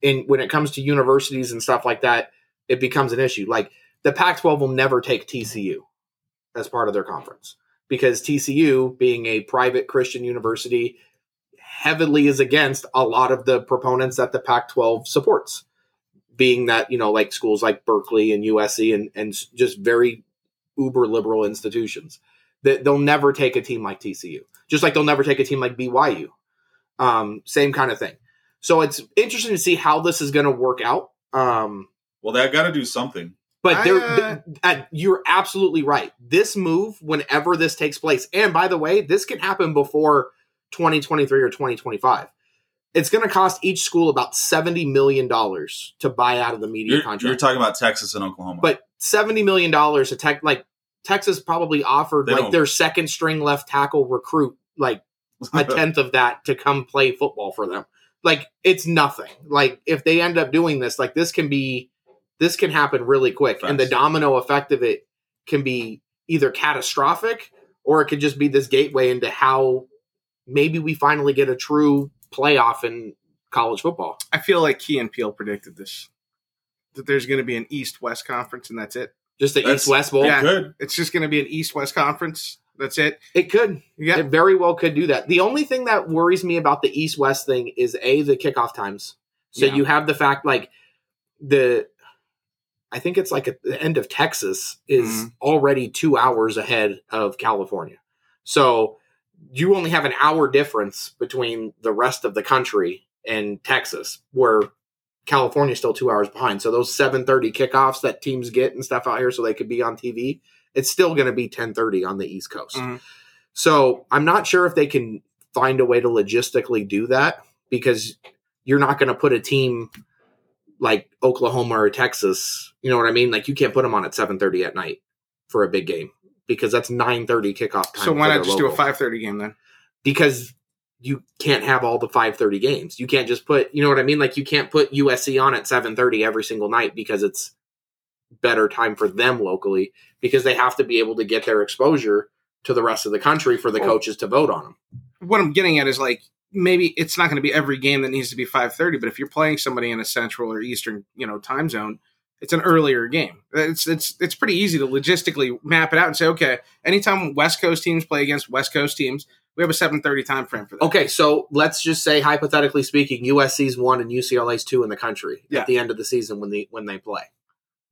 S5: in when it comes to universities and stuff like that, it becomes an issue. Like the Pac-12 will never take TCU as part of their conference because TCU, being a private Christian university, heavily is against a lot of the proponents that the Pac-12 supports. Being that you know, like schools like Berkeley and USC, and and s- just very uber liberal institutions that they'll never take a team like TCU, just like they'll never take a team like BYU. Um, same kind of thing. So it's interesting to see how this is going to work out. Um,
S3: Well, they got to do something.
S5: but
S4: I,
S5: they're,
S4: uh,
S5: th- uh, you're absolutely right. This move, whenever this takes place, and by the way, this can happen before 2023 or 2025. It's going to cost each school about seventy million dollars to buy out of the media
S3: You're,
S5: contract.
S3: you're talking about Texas and Oklahoma.
S5: but seventy million dollars to tech like Texas probably offered
S3: They
S5: like
S3: don't-
S5: their second string left tackle recruit like a tenth of that to come play football for them. Like it's nothing. Like if they end up doing this, like this can be this can happen really quick. And the
S3: Facts.
S5: domino effect of it can be either catastrophic or it could just be this gateway into how maybe we finally get a true playoff in college football.
S4: I feel like Key and Peele predicted this. That there's going to be an East West conference and that's it.
S5: Just the
S3: That's-
S5: East West Bowl.
S3: They
S4: yeah.
S3: could.
S4: It's just going to be an East West conference. That's it.
S5: It could.
S4: Yeah.
S5: It very well could do that. The only thing that worries me about the East West thing is a the kickoff times. So
S4: Yeah.
S5: you have the fact like the I think it's like at the end of Texas is
S4: Mhm.
S5: already 2 hours ahead of California. So you only have an hour difference between the rest of the country and Texas where California's still 2 hours behind. So those 7:30 kickoffs that teams get and stuff out here so they could be on TV, it's still going to be 10:30 on the East Coast.
S4: Mhm.
S5: So I'm not sure if they can find a way to logistically do that because you're not going to put a team like Oklahoma or Texas. You know what I mean? Like you can't put them on at 7:30 at night for a big game because that's 9:30 kickoff
S4: So
S5: time. for
S4: why
S5: their
S4: not just do
S5: local.
S4: a five thirty game then?
S5: Because you can't have all the 5:30 games. You can't just put. You know what I mean? Like you can't put USC on at 7:30 every single night because it's better time for them locally because they have to be able to get their exposure to the rest of the country for the
S4: Well-
S5: coaches to vote on them.
S4: What I'm getting at is like maybe it's not going to be every game that needs to be five thirty, but if you're playing somebody in a central or eastern, you know, time zone, it's an earlier game. It's it's it's pretty easy to logistically map it out and say, okay, anytime West Coast teams play against West Coast teams, we have a seven thirty time frame for that.
S5: Okay, so let's just say hypothetically speaking, USC's one and UCLA's two in the country
S4: Yeah.
S5: at the end of the season when the when they play.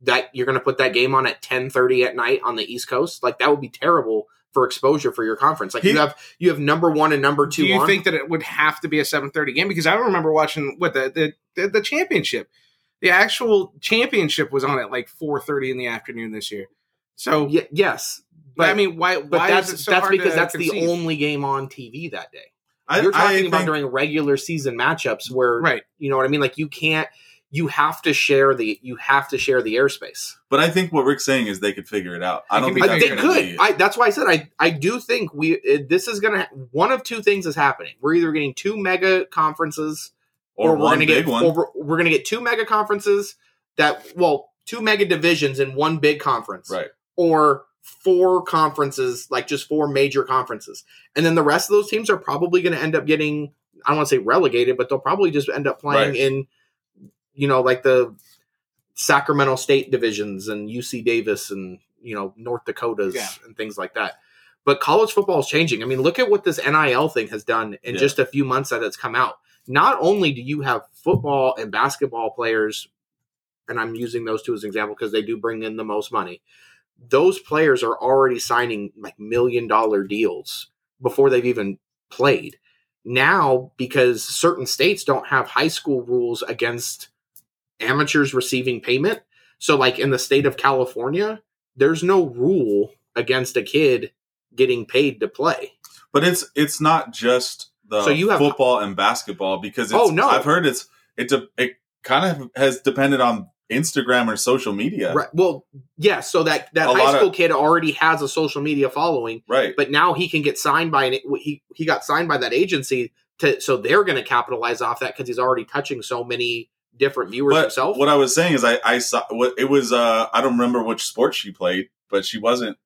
S5: That you're going to put that game on at 10:30 at night on the East Coast? Like that would be terrible for exposure for your conference. Like
S3: He-
S5: you have you have number 1 and number 2
S4: Do you
S5: on.
S4: think that it would have to be a seven thirty game? Because I remember watching what the the, the the championship, the actual championship was on at like four thirty in the afternoon this year. So
S5: Ye- yes.
S4: But I mean, why?
S5: but
S4: why
S5: that's
S4: is it so
S5: that's
S4: hard
S5: because
S4: to
S5: that's
S4: conceive?
S5: the only game on TV that day.
S3: I,
S5: You're
S3: I
S5: talking
S3: think,
S5: about during regular season matchups where
S4: Right.
S5: you know what I mean. Like you can't. You have to share the. You have to share the airspace.
S3: but I think what Rick's saying is they could figure it out. I
S4: It
S3: don't
S4: can
S3: think
S4: be
S5: I,
S3: that's
S5: they
S3: gonna
S5: could.
S3: be-
S5: I, that's why I said I. I do think we. It, this is gonna. One of two things is happening. We're either getting two mega conferences,
S3: or
S5: we're
S3: one
S5: gonna
S3: big
S5: get,
S3: one.
S5: Or we're, we're gonna get two mega conferences that. Well, two mega divisions in one big conference.
S3: Right.
S5: Or four conferences, like just four major conferences, and then the rest of those teams are probably gonna end up getting. I don't want to say relegated, but they'll probably just end up playing
S3: Right.
S5: in. You know, like the Sacramento State divisions and UC Davis and you know North Dakotas
S4: Yeah.
S5: and things like that. But college football is changing. I mean, look at what this NIL thing has done in
S3: Yeah.
S5: just a few months that it's come out. Not only do you have football and basketball players, and I'm using those two as an example because they do bring in the most money. Those players are already signing like million dollar deals before they've even played. Now, because certain states don't have high school rules against amateurs receiving payment. So, like in the state of California, there's no rule against a kid getting paid to play.
S3: But it's it's not just the
S5: So you have-
S3: football and basketball because it's,
S5: Oh, no.
S3: I've heard it's it's a it kind of has depended on Instagram or social media. Right.
S5: Right. Well, yeah. So that that
S3: A lot
S5: high school
S3: of-
S5: kid already has a social media following, but now he can get signed by an he he got signed by that agency to so they're going to capitalize off that because he's already touching so many different viewers
S3: But
S5: himself.
S3: what I was saying is I I saw what it was uh I don't remember which sport she played, but she wasn't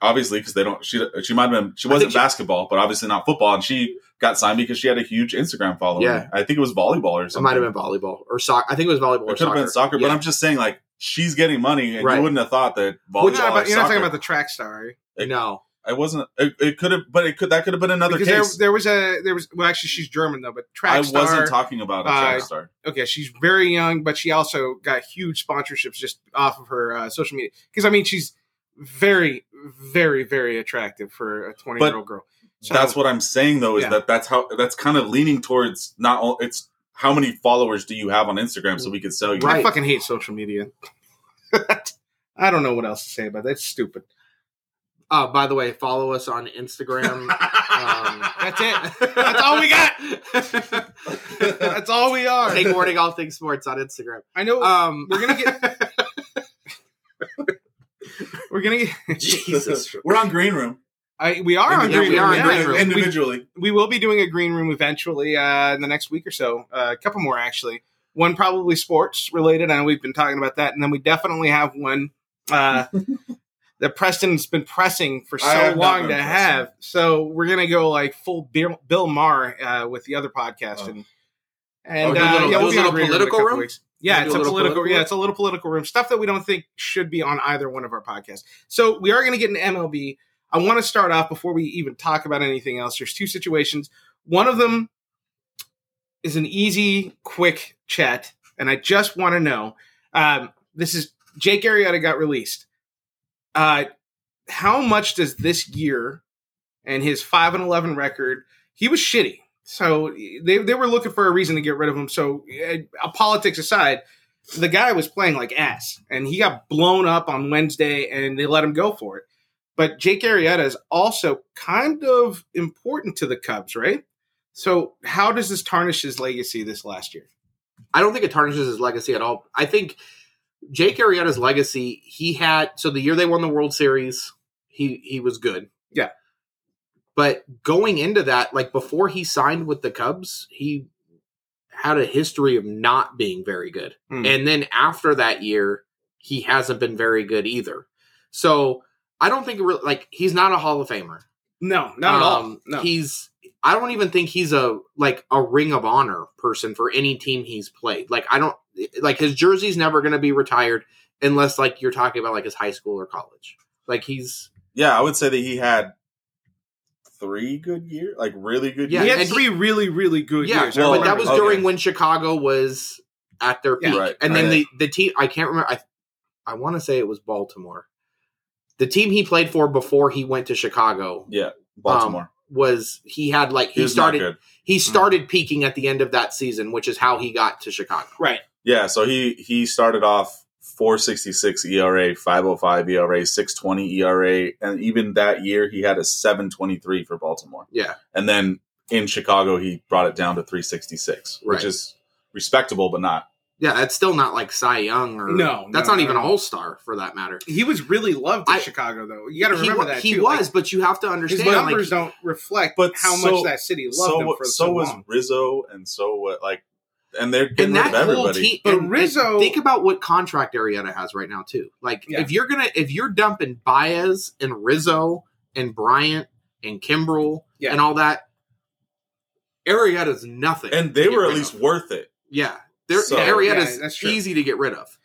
S3: obviously because they don't she she might have been she
S5: I think
S3: wasn't
S5: she-
S3: basketball, but obviously not football, and she got signed because she had a huge Instagram following.
S5: Yeah.
S3: I think it was volleyball or
S5: it
S3: something.
S5: might have been volleyball or soccer. I think it was volleyball or
S3: It could
S5: soccer.
S3: have been soccer,
S5: Yeah.
S3: but I'm just saying like she's getting money, and
S5: Right.
S3: you wouldn't have thought that volleyball.
S4: You're not,
S3: or
S4: about, you're not
S3: soccer-
S4: talking about the track star, are you?
S5: no.
S3: I wasn't. It, it could have, but it could that could have been another
S4: Because there,
S3: case.
S4: there was a there was well actually she's German though, but track
S3: I
S4: star.
S3: wasn't talking about a track
S4: uh,
S3: star.
S4: okay, she's very young, but she also got huge sponsorships just off of her uh, social media. Because I mean, she's very, very, very attractive for a twenty-year-old girl. So-
S3: that's what I'm saying though is
S4: Yeah.
S3: that that's how that's kind of leaning towards not all. It's how many followers do you have on Instagram so we could sell you.
S5: Right.
S4: I fucking hate social media. I don't know what else to say about that. It's stupid.
S5: Uh, by the way, follow us on Instagram. um,
S4: That's it. That's all we got. That's all we are.
S5: Take morning all things sports on Instagram.
S4: I know
S5: Um,
S4: we're gonna get. we're gonna get.
S5: Jesus.
S3: We're on Green Room
S4: I, we are on
S5: Yeah,
S4: green
S5: we
S4: room.
S5: are on
S4: yeah.
S5: Green Room.
S4: And we-
S3: individually.
S4: we will be doing a green room eventually uh, in the next week or so. Uh, a couple more actually. One probably sports related. I know we've been talking about that, and then we definitely have one uh, that Preston's been pressing for
S3: I
S4: so
S3: have not
S4: long to
S3: been pressing.
S4: have. So we're gonna go like full Bill, Bill Maher uh, with the other podcast,
S3: Oh.
S4: and and
S5: Oh, do a
S4: uh, yeah,
S5: little- do a
S4: we'll be on
S5: little
S4: Green Room in a
S5: political
S4: couple
S5: room?
S4: weeks. Yeah,
S5: Wanna do
S4: it's a
S5: a
S4: political.
S5: little political
S4: yeah,
S5: room?
S4: it's a little political room stuff that we don't think should be on either one of our podcasts. So we are going to get an MLB. I want to start off before we even talk about anything else. There's two situations. One of them is an easy, quick chat, and I just want to know. Um, this is Jake Arrieta got released. Uh, how much does this year and his five and eleven record? He was shitty, so they they were looking for a reason to get rid of him. So uh, politics aside, the guy was playing like ass, and he got blown up on Wednesday, and they let him go for it. But Jake Arrieta is also kind of important to the Cubs, right? So how does this tarnish his legacy this last year?
S5: I don't think it tarnishes his legacy at all. I think Jake Arrieta's legacy, he had so the year they won the World Series, he he was good.
S4: Yeah.
S5: But going into that, like before he signed with the Cubs, he had a history of not being very good.
S4: Hmm.
S5: And then after that year, he hasn't been very good either. So I don't think it really, like he's not a Hall of Famer.
S4: No, not at all.
S5: Um,
S4: No.
S5: He's I don't even think he's a like a ring of honor person for any team he's played. Like I don't like his jersey's never going to be retired unless like you're talking about like his high school or college. Like he's
S3: Yeah, I would say that he had three good years, like really good
S5: Yeah,
S4: he
S3: years.
S4: had
S5: and he-
S4: three really, really good
S5: yeah,
S4: years. I
S3: well,
S5: but that
S4: remember
S5: was
S3: okay.
S5: during when Chicago was at their
S4: Yeah.
S5: peak.
S3: Right,
S5: and then
S3: right.
S5: the the team I can't remember I I want to say it was Baltimore. The team he played for before he went to Chicago
S3: yeah, Baltimore.
S4: um,
S5: was he had like
S3: he
S5: he
S3: was not
S5: started
S3: good. Mm.
S5: he started peaking at the end of that season, which is how he got to Chicago.
S4: Right.
S3: Yeah, so he he started off E 466 ERA, 505 ERA, E 620 ERA, and even that year he had a 723 for Baltimore.
S5: Yeah.
S3: And then in Chicago, he brought it down to 366, which
S5: Right.
S3: is respectable, but not.
S5: Yeah, that's still not like Cy Young or
S4: No,
S5: That's
S4: no,
S5: not even
S4: no.
S5: a All Star for that matter.
S4: He was really loved in
S5: I-
S4: Chicago, though. You got to
S5: He
S4: remember
S5: wa-
S4: that
S5: he
S4: too.
S5: was,
S4: Like,
S5: but you have to
S4: his
S5: understand. Like,
S4: numbers don't reflect
S3: But
S4: how
S3: so-
S4: much that city loved
S3: So
S4: him
S3: wa-
S4: for
S3: so,
S4: so
S3: was
S4: long.
S3: Rizzo, and so what? Like, and they're getting
S5: and
S3: rid
S5: that
S3: of
S5: whole
S3: everybody.
S5: team,
S4: But
S5: and- and
S4: Rizzo-
S5: think about what contract Arietta has right now too. Like
S4: Yeah.
S5: if you're gonna, if you're dumping Baez and Rizzo and Bryant and Kimbrel
S4: Yeah.
S5: and all that, Arietta's nothing.
S3: and
S5: to
S3: they
S5: get
S3: were at
S5: rid
S3: least
S5: of.
S3: worth it.
S5: yeah, they're,
S3: So-
S4: Yeah,
S5: Arietta's
S4: that's true.
S5: easy to get rid of.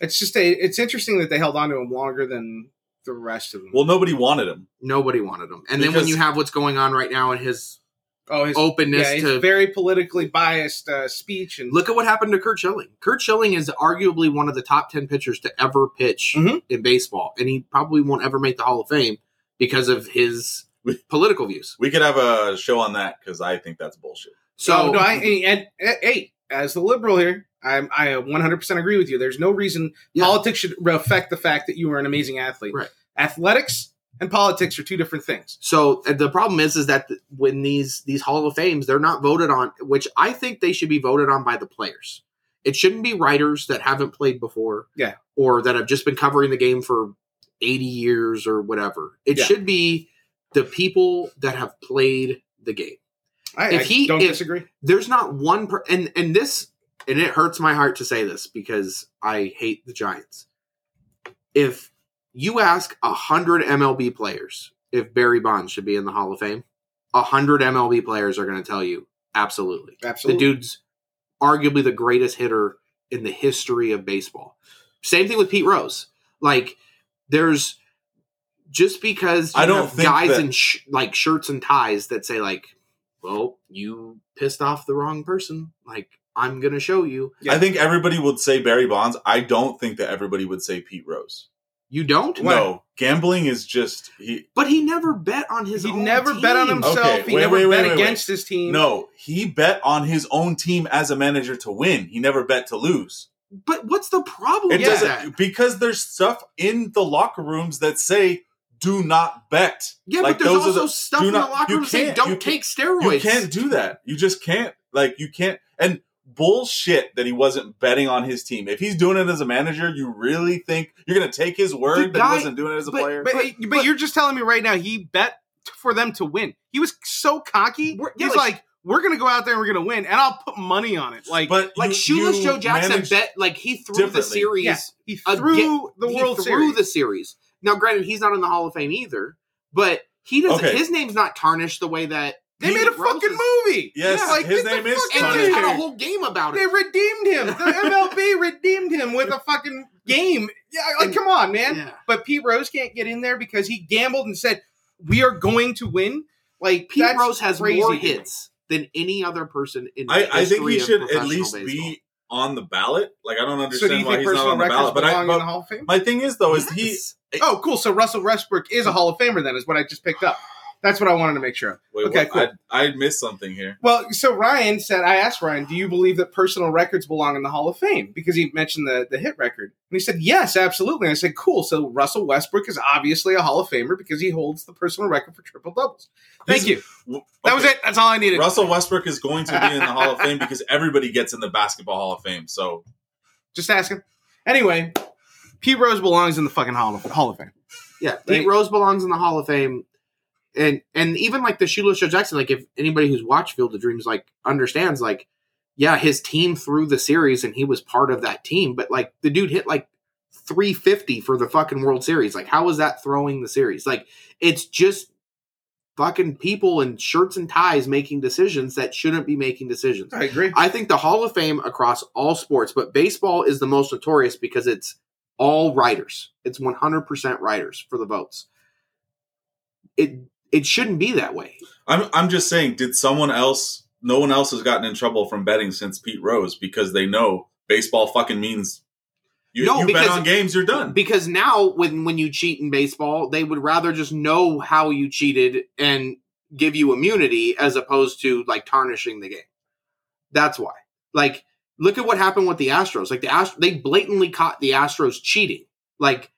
S4: It's just a. It's interesting that they held on to him longer than the rest of them.
S3: Well, nobody wanted him.
S5: Nobody wanted him, and then when
S3: Because-
S5: you have what's going on right now and his
S4: oh, his,
S5: openness
S4: yeah, his
S5: to
S4: very politically biased uh, speech and
S5: Look at what happened to Kurt Schilling. Kurt Schilling is arguably one of the top 10 pitchers to ever pitch
S4: Mhm.
S5: in baseball, and he probably won't ever make the Hall of Fame because of his political views.
S3: We could have a show on that because I think that's bullshit.
S5: So,
S4: Oh, no, I, and, and hey, as the liberal here, I'm, I 100% agree with you. There's no reason
S5: Yeah.
S4: politics should affect the fact that you were an amazing athlete.
S5: Right.
S4: Athletics and politics are two different things.
S5: so uh, the problem is, is that th- when these these Hall of Fames, they're not voted on, which I think they should be voted on by the players. It shouldn't be writers that haven't played before,
S4: Yeah.
S5: or that have just been covering the game for 80 years or whatever. It
S4: Yeah.
S5: should be the people that have played the game.
S4: I,
S5: If
S4: I
S5: he-
S4: don't
S5: if-
S4: disagree.
S5: there's not one per- and and this and it hurts my heart to say this because I hate the Giants. If you ask a hundred MLB players if Barry Bonds should be in the Hall of Fame, a hundred MLB players are going to tell you absolutely.
S4: Absolutely.
S5: The dude's arguably the greatest hitter in the history of baseball. Same thing with Pete Rose. Like there's just because you
S3: I don't
S5: have
S3: think
S5: guys
S3: that-
S5: in sh- like shirts and ties that say like, "Well, you pissed off the wrong person." Like I'm gonna show you.
S4: Yeah.
S3: I think everybody would say Barry Bonds. I don't think that everybody would say Pete Rose.
S5: You don't.
S4: Why?
S3: No, gambling is just he.
S5: But he never bet on his.
S4: He
S5: own
S4: never bet on
S5: team.
S4: himself.
S3: Okay,
S4: he
S3: wait,
S4: never
S3: wait, wait,
S4: bet
S3: wait, wait.
S4: against his team.
S3: No, he bet on his own team as a manager to win. He never bet to lose.
S5: But what's the problem?
S3: It
S5: with
S4: doesn't-
S5: that?
S3: doesn't because there's stuff in the locker rooms that say do not bet.
S5: Yeah,
S3: like,
S5: but there's
S3: those are
S5: also
S3: the-
S5: stuff
S3: do
S5: in the
S3: not-
S5: locker
S3: you
S5: room saying
S3: can't-
S5: don't
S3: you
S5: take
S3: You
S5: steroids.
S3: can't do that. You just can't. Like you can't. And bullshit that he wasn't betting on his team. If he's doing it as a manager, you really think you're gonna take his word that
S5: guy-
S3: he wasn't doing it as a
S5: but-
S3: player?
S4: But, but,
S5: But-
S4: you're just telling me right now he bet for them to win. He was so cocky.
S5: We're- yeah,
S4: He's
S5: like-
S4: like, we're going to go out there and we're going to win, and I'll put money on it. Like,
S3: But
S5: Like
S3: you-
S5: shoeless
S3: you
S5: Joe Jackson
S3: managed-
S5: bet. Like he threw the
S3: differently.
S5: series.
S4: Yeah. he
S5: uh,
S4: threw the
S5: he
S4: World
S5: threw
S4: Series.
S5: the series. Now, granted, he's not in the Hall of Fame either, but he doesn't.
S3: Okay.
S5: His name's not tarnished the way that
S4: they made a
S5: Rose
S4: fucking
S5: is-
S4: movie.
S3: Yes,
S4: Yeah, like,
S3: his
S4: get the
S3: name is
S4: fuck
S5: And
S4: outta
S3: Tony.
S5: they
S4: here.
S5: had a whole game about
S4: They
S5: it.
S4: redeemed him. The MLB redeemed him with a fucking game. Yeah, like come on, man.
S5: Yeah.
S4: But Pete Rose can't get in there because he gambled and said, "We are going to win." Like
S5: Pete
S4: that's
S5: Rose has
S4: crazy
S5: more
S4: to me.
S5: hits than any other person in.
S3: I,
S5: the
S3: I think
S5: history
S3: he
S5: of
S3: should at
S5: professional
S3: least
S5: baseball.
S3: be on the ballot. Like I don't
S4: So do
S3: understand
S4: you
S3: why
S4: think
S3: he's not
S4: personal
S3: on the
S4: records
S3: ballot. But I
S4: belong in the
S3: but
S4: Hall of Fame?
S3: my thing is though is he
S5: Yes.
S4: Oh, cool. So Russell Westbrook is a Hall of Famer then, is what I just picked up. That's what I wanted to make sure of.
S3: Wait,
S4: Okay,
S3: what?
S4: cool.
S3: I, I missed something here.
S4: Well, so Ryan said, I asked Ryan, do you believe that personal records belong in the Hall of Fame? Because he mentioned the, the hit record. And he said, yes, absolutely. And I said, cool. So Russell Westbrook is obviously a Hall of Famer because he holds the personal record for triple doubles. Thank
S3: He's-
S4: you.
S3: w-
S4: That was
S3: okay.
S4: it. That's all I needed.
S3: Russell Westbrook is going to be in the Hall of Fame because everybody gets in the Basketball Hall of Fame. So
S4: Just asking. Anyway, Pete Rose belongs in the fucking Hall of, Hall of Fame.
S5: Yeah,
S4: They-
S5: Pete Rose belongs in the Hall of Fame, and and even like the shoeless Joe Jackson. Like if anybody who's watched Field of Dreams like understands, like yeah, his team threw the series and he was part of that team. But like the dude hit like 350 for the fucking World Series. Like how is that throwing the series? Like it's just fucking people in shirts and ties making decisions that shouldn't be making decisions.
S4: I agree.
S5: I think the Hall of Fame across all sports, but baseball is the most notorious because it's all writers. It's 100% writers for the votes. It it shouldn't be that way.
S3: I'm I'm just saying, did someone else? No one else has gotten in trouble from betting since Pete Rose because they know baseball fucking means you,
S5: No,
S3: you bet
S5: because-
S3: on games, you're done.
S5: Because now when when you cheat in baseball, they would rather just know how you cheated and give you immunity as opposed to like tarnishing the game. That's why. Like look at what happened with the Astros. Like the Ast- they blatantly caught the Astros cheating. Like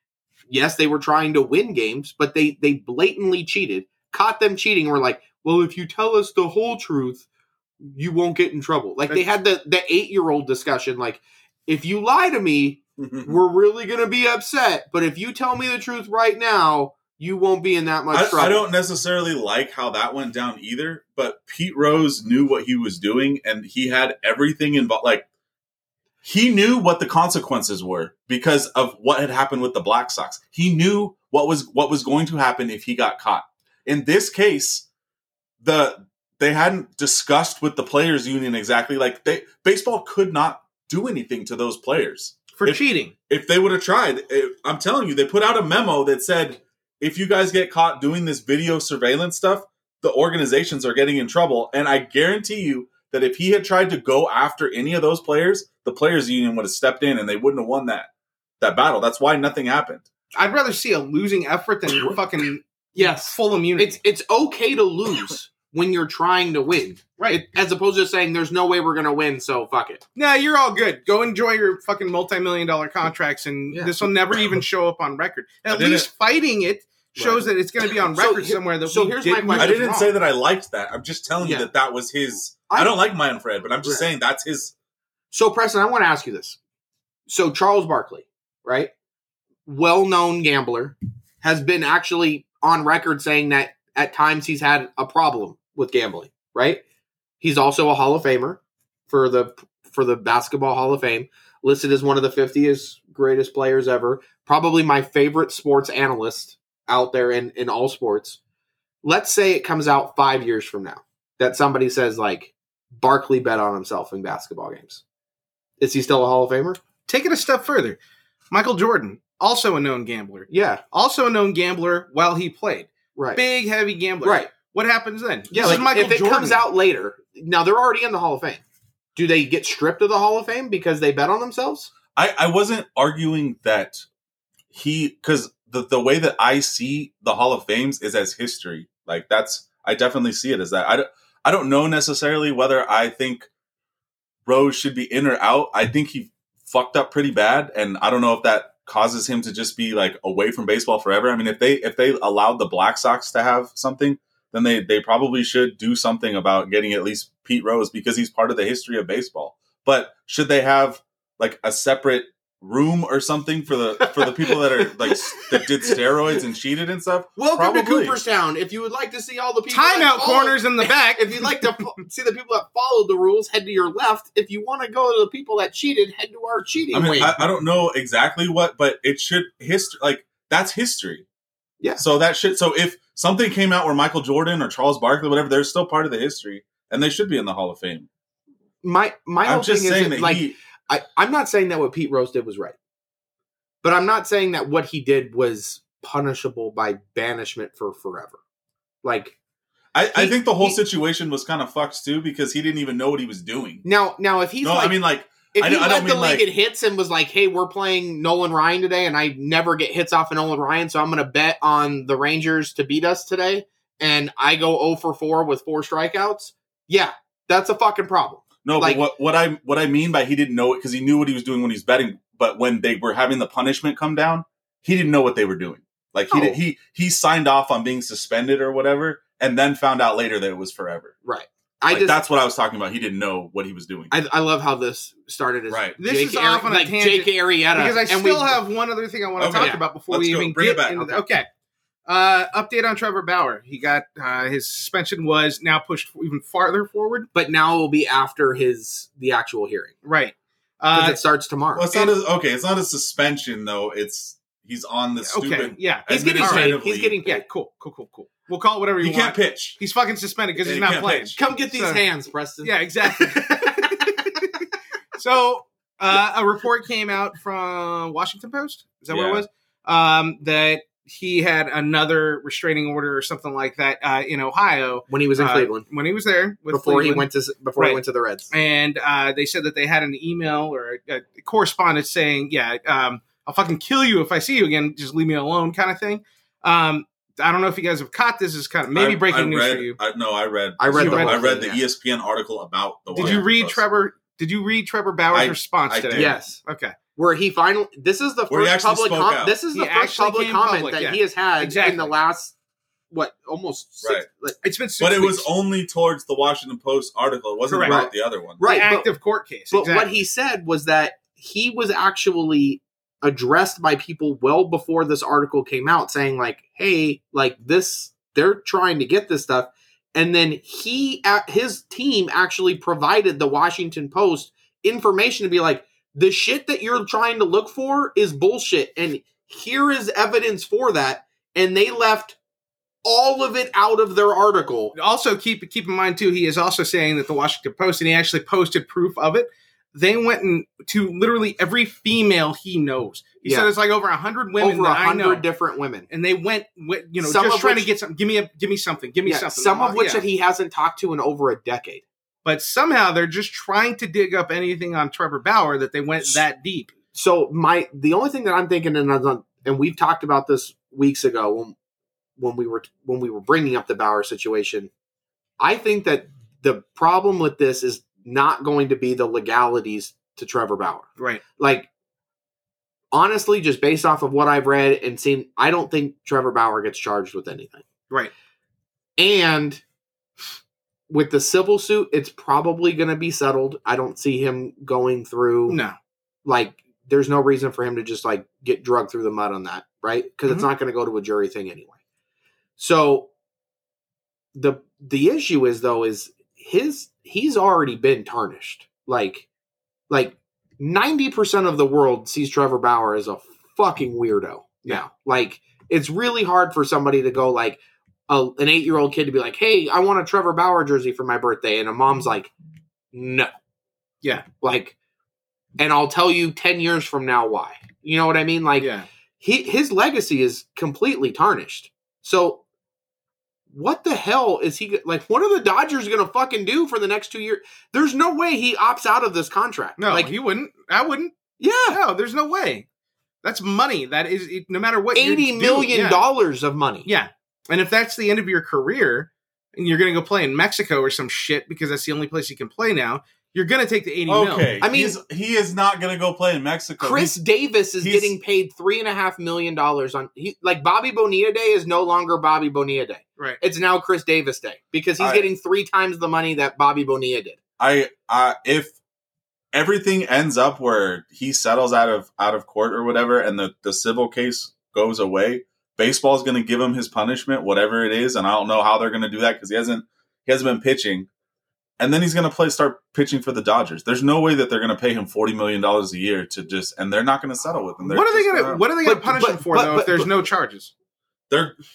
S5: yes, they were trying to win games, but they they blatantly cheated. Caught them cheating. We're like, well, if you tell us the whole truth, you won't get in trouble. Like they had the the eight year old discussion. Like if you lie to me, we're really gonna be upset. But if you tell me the truth right now, you won't be in that much
S3: I,
S5: trouble.
S3: I don't necessarily like how that went down either, but Pete Rose knew what he was doing and he had everything involved. Like, he knew what the consequences were because of what had happened with the Black Sox. He knew what was what was going to happen if he got caught. In this case, the they hadn't discussed with the players union exactly like they baseball could not do anything to those players
S4: for
S3: If-
S4: cheating.
S3: if they would have tried, if, I'm telling you, they put out a memo that said if you guys get caught doing this video surveillance stuff, the organizations are getting in trouble. And I guarantee you that if he had tried to go after any of those players, the players union would have stepped in and they wouldn't have won that that battle. That's why nothing happened.
S4: I'd rather see a losing effort than fucking
S5: Yes,
S4: full immunity.
S5: it's it's okay to lose when you're trying to win,
S4: right.
S5: as opposed to saying there's no way we're gonna win, so fuck it.
S4: Nah, you're all good. Go enjoy your fucking multi-million dollar contracts, and
S5: Yeah.
S4: this will never even show up on record.
S3: I
S4: At
S3: didn't-
S4: least fighting it shows that it's going to be on
S5: So
S4: record
S5: here-
S4: somewhere. That
S5: so
S4: we
S5: here's my
S4: didn't,
S5: question.
S3: I didn't
S4: wrong.
S3: say that I liked that. I'm just telling
S5: Yeah.
S3: you that that was his.
S5: I-
S3: I, don't like Manfred, but I'm just
S5: Right.
S3: saying that's his.
S5: So, Preston, I want to ask you this. So, Charles Barkley, right? Well known gambler, has been actually on record saying that at times he's had a problem with gambling, right? He's also a Hall of Famer for the for the Basketball Hall of Fame, listed as one of the 50th greatest players ever, probably my favorite sports analyst out there in, in all sports. Let's say it comes out five years from now that somebody says like Barkley bet on himself in basketball games. Is he still a Hall of Famer?
S4: Take it a step further. Michael Jordan, also a known gambler,
S5: Yeah,
S4: also a known gambler while he played,
S5: right,
S4: big heavy gambler.
S5: right.
S4: What happens then?
S5: Yeah,
S4: This
S5: like
S4: is Michael
S5: if it
S4: Jordan.
S5: comes out later, now they're already in the Hall of Fame. Do they get stripped of the Hall of Fame because they bet on themselves?
S3: I, I wasn't arguing that he because the, the way that I see the Hall of Fames is as history. Like that's I definitely see it as that. I don't, I don't know necessarily whether I think Rose should be in or out. I think he fucked up pretty bad, and I don't know if that causes him to just be like away from baseball forever. I mean, if they if they allowed the Black Sox to have something, then they they probably should do something about getting at least Pete Rose because he's part of the history of baseball. But should they have like a separate room or something for the for the people that are like s- that did steroids and cheated and stuff?
S5: Welcome to
S3: Probably.
S5: Cooperstown. If you would like to see all the people that
S4: timeout
S5: followed-
S4: corners in the back.
S5: if you'd like to fo- see the people that followed the rules, head to your left. If you want to go to the people that cheated, head to our cheating
S3: I mean,
S5: wing.
S3: I, I don't know exactly what, but it should history like that's history.
S5: Yeah.
S3: So that should so if something came out where Michael Jordan or Charles Barkley, whatever, they're still part of the history, and they should be in the Hall of Fame.
S5: my my
S3: I'm
S5: whole thing
S3: just saying
S5: is
S3: that
S5: that, like
S3: he,
S5: I, I'm not saying that what Pete Rose did was right, but I'm not saying that what he did was punishable by banishment for forever. Like
S3: I, I
S5: he-
S3: think the whole
S5: he-
S3: situation was kind of fucked too because he didn't even know what he was doing.
S5: now, now if he's
S3: no,
S5: like,
S3: I mean like
S5: if
S3: I
S5: he
S3: don't- I
S5: led
S3: don't
S5: the
S3: mean,
S5: league
S3: like-
S5: in hits and was like, "Hey, we're playing Nolan Ryan today, and I never get hits off of Nolan Ryan, so I'm going to bet on the Rangers to beat us today," and I go 0 for 4 with four strikeouts, yeah, that's a fucking problem.
S3: No,
S5: Like-
S3: but what what I what I mean by he didn't know it because he knew what he was doing when he was betting, but when they were having the punishment come down, he didn't know what they were doing. Like he
S5: No.
S3: did, he he signed off on being suspended or whatever, and then found out later that it was forever.
S5: I
S3: Like,
S5: just
S3: that's what I was talking about. He didn't know what he was doing.
S5: I, I love how this started as
S3: Right.
S4: This
S5: Jake
S4: is off
S5: Ari-
S4: on a
S5: like
S4: tangent,
S5: Jake Arrieta
S4: because I
S5: and
S4: still
S5: we-
S4: have one other thing I want to
S3: Okay.
S4: talk
S5: Yeah.
S4: about before
S3: Let's
S4: we
S3: go.
S4: even
S3: Bring
S4: get
S3: it back.
S4: into the- okay. Uh, update on Trevor Bauer. He got uh, his suspension was now pushed even farther forward.
S5: but now it will be after his the actual hearing
S4: Right.
S5: because
S4: Uh,
S5: it starts tomorrow.
S3: well, it's not a, okay. It's not a suspension though. It's he's on the stupid.
S4: okay. Yeah.
S5: he's getting paid. He's
S3: administratively-
S5: getting
S4: Yeah.
S5: paid.
S4: Cool. Cool. Cool. Cool. We'll call it whatever you
S3: He can't
S4: want.
S3: pitch.
S4: He's fucking suspended because
S3: Yeah,
S4: he's
S3: he
S4: not
S3: can't
S4: playing.
S3: pitch.
S5: Come get these
S4: So-
S5: hands, Preston.
S4: Yeah. Exactly. so uh, a report came out from Washington Post. Is that what it
S3: Yeah.
S4: was? Um, that he had another restraining order or something like that uh, in Ohio
S5: when he was in
S4: uh,
S5: Cleveland
S4: when he was there with
S5: before he
S4: Cleveland.
S5: went to before
S4: Right.
S5: he went to the Reds.
S4: and uh, they said that they had an email or a, a correspondence saying, "Yeah, um, I'll fucking kill you if I see you again. Just leave me alone," kind of thing. Um, I don't know if you guys have caught this. Is kind of maybe
S3: I-
S4: breaking
S3: I
S4: news
S3: read-
S4: for you.
S3: I, no, I read.
S5: I read
S4: the
S3: I
S5: whole
S3: read the E
S5: thing,
S3: ESPN article about the.
S4: Did you
S3: Washington
S4: read
S3: Post.
S4: Trevor? Did you read Trevor Bauer's
S3: I-
S4: response
S3: I
S4: today?
S3: did.
S5: Yes,
S4: Okay.
S5: where he finally. This is the
S3: Where he
S5: first
S3: actually
S5: public.
S3: spoke
S5: Com-
S3: out.
S5: this is
S4: He
S5: the first
S4: actually
S5: public
S4: came
S5: comment
S4: public,
S5: that
S4: yeah.
S5: he has had in
S4: Exactly.
S5: the last what almost six,
S3: Right.
S5: like,
S4: It's been six
S3: But it was
S4: weeks.
S3: only towards the Washington Post article. It wasn't
S4: Correct.
S3: about the other one.
S5: right.
S4: The
S5: but-
S4: active court case.
S5: But
S4: exactly.
S5: what he said was that he was actually addressed by people well before this article came out saying like, "Hey, like this they're trying to get this stuff." And then he at his team actually provided the Washington Post information to be like, "The shit that you're trying to look for is bullshit and here is evidence for that." And they left all of it out of their article.
S4: also keep keep in mind too he is also saying that the washington post and he actually posted proof of it they went in to literally every female he knows he said
S5: Yeah.
S4: it's like over 100 women
S5: Over a
S4: that i know
S5: hundred different women.
S4: and they went with you know
S5: Some
S4: just
S5: of
S4: trying
S5: which-
S4: to get some give me a give me something give me
S5: Yeah,
S4: something Uh,
S5: some of which
S4: Yeah.
S5: that he hasn't talked to in over a decade.
S4: but somehow they're just trying to dig up anything on trevor bauer that they went that deep
S5: so my the only thing that I'm thinking, and I'm, and we've talked about this weeks ago when when we were when we were bringing up the Bauer situation. I think that the problem with this is not going to be the legalities to Trevor Bauer.
S4: right
S5: Like honestly, just based off of what I've read and seen, I don't think Trevor Bauer gets charged with anything.
S4: right
S5: And with the civil suit, it's probably going to be settled. I don't see him going through
S4: no
S5: like there's no reason for him to just like get drugged through the mud on that, right? Because it's
S4: Mhm.
S5: not going to go to a jury thing anyway. So the the issue is though is his he's already been tarnished. Like like 90% of the world sees Trevor Bauer as a fucking weirdo now. Like it's really hard for somebody to go like a, an 8-year-old kid to be like, "Hey, I want a Trevor Bauer jersey for my birthday." And a mom's like, "No."
S4: Yeah.
S5: Like and I'll tell you 10 years from now why. You know what I mean? Like
S4: yeah
S5: he, his legacy is completely tarnished. So what the hell is he go- like what are the Dodgers going to fucking do for the next 2 years? There's no way he opts out of this contract.
S4: no
S5: Like
S4: he wouldn't i wouldn't
S5: yeah,
S4: no there's no way that's money that is it- no matter what you're
S5: 80
S4: doing-
S5: million
S4: yeah.
S5: dollars of money.
S4: Yeah. And if that's the end of your career and you're going to go play in Mexico or some shit because that's the only place you can play now, you're going to take the 80 mil.
S3: Okay.
S5: I mean-
S3: He's- he is not going to go play in Mexico.
S5: Chris
S3: He's-
S5: Davis is
S3: he's-
S5: getting paid three and a half million dollars on he like Bobby Bonilla Day is no longer Bobby Bonilla Day.
S4: Right.
S5: It's now Chris Davis Day because he's
S3: I-
S5: getting three times the money that Bobby Bonilla did.
S3: I, I, if everything ends up where he settles out of out of court or whatever, and the the civil case goes away, baseball's going to give him his punishment, whatever it is, and I don't know how they're going to do that because he hasn't he hasn't been pitching, and then he's going to play start pitching for the Dodgers. There's no way that they're going to pay him forty million dollars a year to just, and they're not going to settle with him. They're
S4: What are they
S3: just
S4: going to
S3: gonna-
S4: what are they going to
S5: uh, But-
S4: punish
S5: but-
S4: him for
S5: but-
S4: though
S5: but-
S4: if there's
S5: but-
S4: no charges?
S3: they're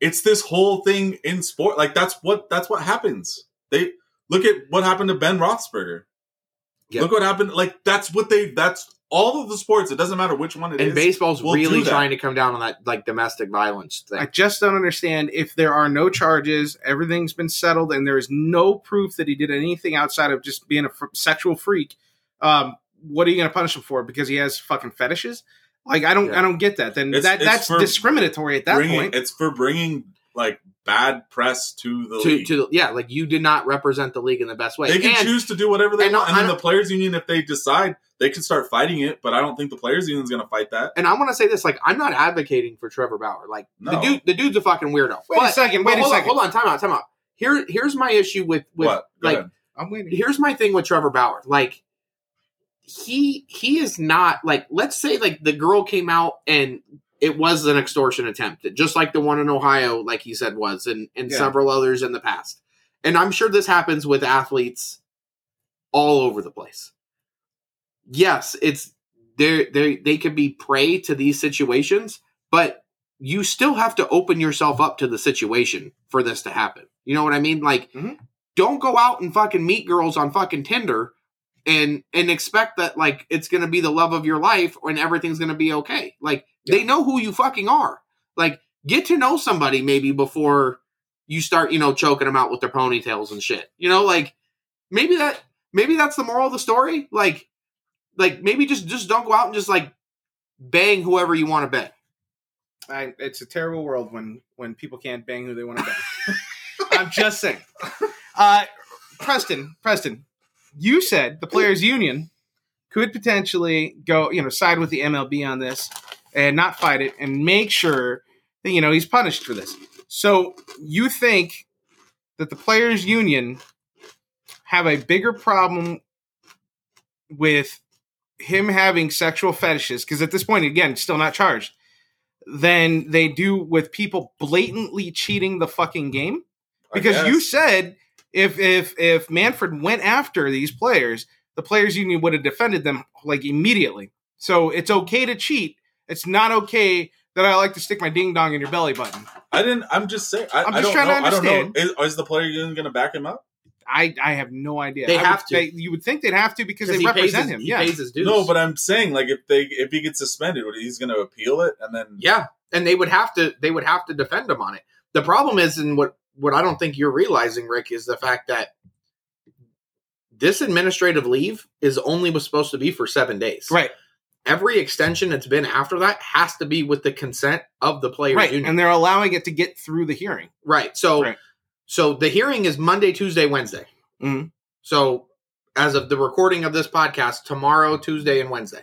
S3: it's this whole thing in sport like that's what that's what happens they look at what happened to ben roethlisberger
S5: Yeah.
S3: look what happened like that's what they that's all of the sports it doesn't matter which one it is.
S5: And baseball's
S3: we'll
S5: really
S3: do that.
S5: trying to come down on that like domestic violence thing.
S4: I just don't understand if there are no charges, everything's been settled and there is no proof that he did anything outside of just being a f- sexual freak. Um, what are you going to punish him for because he has fucking fetishes? Like I don't
S5: Yeah.
S4: I don't get that. Then
S3: It's-
S4: that
S3: it's
S4: that's
S3: for
S4: discriminatory at that
S3: bringing,
S4: point.
S3: it's for bringing like bad press to the
S5: to,
S3: league
S5: to yeah, like you did not represent the league in the best way.
S3: they can
S5: and,
S3: choose to do whatever they
S5: and
S3: want
S5: I-
S3: and
S5: I
S3: then the
S5: don't-
S3: players union if they decide they can start fighting it but i don't think the players union's going to fight that
S5: and I want to say this: like, I'm not advocating for Trevor Bauer. Like, the
S3: No.
S5: dude, the dude's a fucking weirdo.
S4: wait a
S5: But-
S4: second,
S5: but
S4: wait a
S5: hold on,
S4: second.
S5: hold on, time out, time out. Here, here's my issue with with
S3: what Go
S5: like
S3: ahead.
S4: I'm waiting.
S5: here's my thing with Trevor Bauer. Like he he is not like let's say like the girl came out and it was an extortion attempt, just like the one in Ohio, like he said was, and and
S4: Yeah.
S5: several others in the past. And I'm sure this happens with athletes all over the place. Yes, it's they they they could be prey to these situations, but you still have to open yourself up to the situation for this to happen. You know what I mean? Like don't go out and fucking meet girls on fucking Tinder and and expect that like it's gonna be the love of your life and everything's gonna be okay. Like they know who you fucking are. Like get to know somebody maybe before you start, you know, choking them out with their ponytails and shit. You know, like maybe that maybe that's the moral of the story. Like like maybe just just don't go out and just like bang whoever you want to bang.
S4: I, it's a terrible world when when people can't bang who they want to bang. I'm just saying. Uh, Preston, Preston, you said the players' union could potentially go, you know, side with the MLB on this and not fight it, and make sure that you know he's punished for this. So you think that the players' union have a bigger problem with him having sexual fetishes? Because at this point, again, still not charged. Than they do with people blatantly cheating the fucking game. Because you said if if if Manfred went after these players, the players union would have defended them like immediately. So it's okay to cheat. It's not okay that I like to stick my ding dong in your belly button.
S3: I didn't. I'm just saying. I,
S4: I'm
S3: I'm
S4: just
S3: just
S4: trying
S3: don't
S4: to
S3: know. I don't know.
S4: understand.
S3: Is, is the player union going to back him up?
S4: I, I have no idea.
S5: They
S4: I
S5: have
S4: would- They,
S5: to.
S4: you would think they'd have to because they
S5: he pays
S4: represent
S5: his-
S4: him.
S5: He
S4: Yeah.
S5: pays his dues.
S3: No, but I'm saying like if they if he gets suspended, what, he's going to appeal it, and then
S5: yeah, and they would have to they would have to defend him on it. The problem is, and what what I don't think you're realizing, Rick, is the fact that this administrative leave is only was supposed to be for seven days.
S4: Right.
S5: Every extension that's been after that has to be with the consent of the players
S4: Right.
S5: union.
S4: And they're allowing it to get through the hearing.
S5: Right. So
S4: Right.
S5: so the hearing is Monday, Tuesday, Wednesday.
S4: Mhm.
S5: So as of the recording of this podcast, tomorrow, Tuesday, and Wednesday.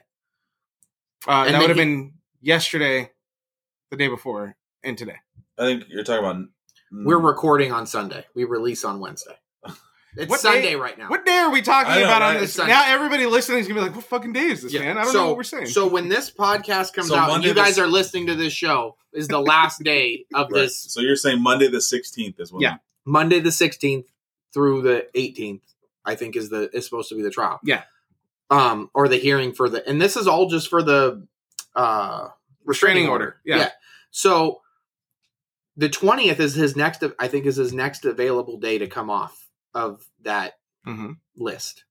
S4: Uh, that would
S5: And then
S4: have
S5: he-
S4: been yesterday, the day before, and today.
S3: I think you're talking about. mm.
S5: We're
S4: Mm-hmm.
S5: recording on Sunday. We release on Wednesday. It's
S4: What
S5: Sunday
S4: day-
S5: right now.
S4: What day are we
S3: I
S4: talking
S3: know,
S4: about on
S3: right?
S4: this?
S5: Sunday.
S4: Now everybody listening is gonna be like, "What fucking day is this,
S5: Yeah.
S4: man? I don't
S5: So-
S4: know what we're saying."
S5: So when this podcast comes
S3: So
S5: out,
S3: Monday
S5: and you guys
S3: this-
S5: are listening to this show is the last day of
S3: Right.
S5: this
S3: So you're saying Monday the 16th is when?
S4: Yeah.
S5: Monday the 16th through the 18th, I think is the is supposed to be the trial.
S4: Yeah.
S5: Um, or the hearing for the and this is all just for the uh
S4: Restraining order. Yeah.
S5: So the 20th is his next I think is his next available day to come off of that
S4: Mhm.
S5: list.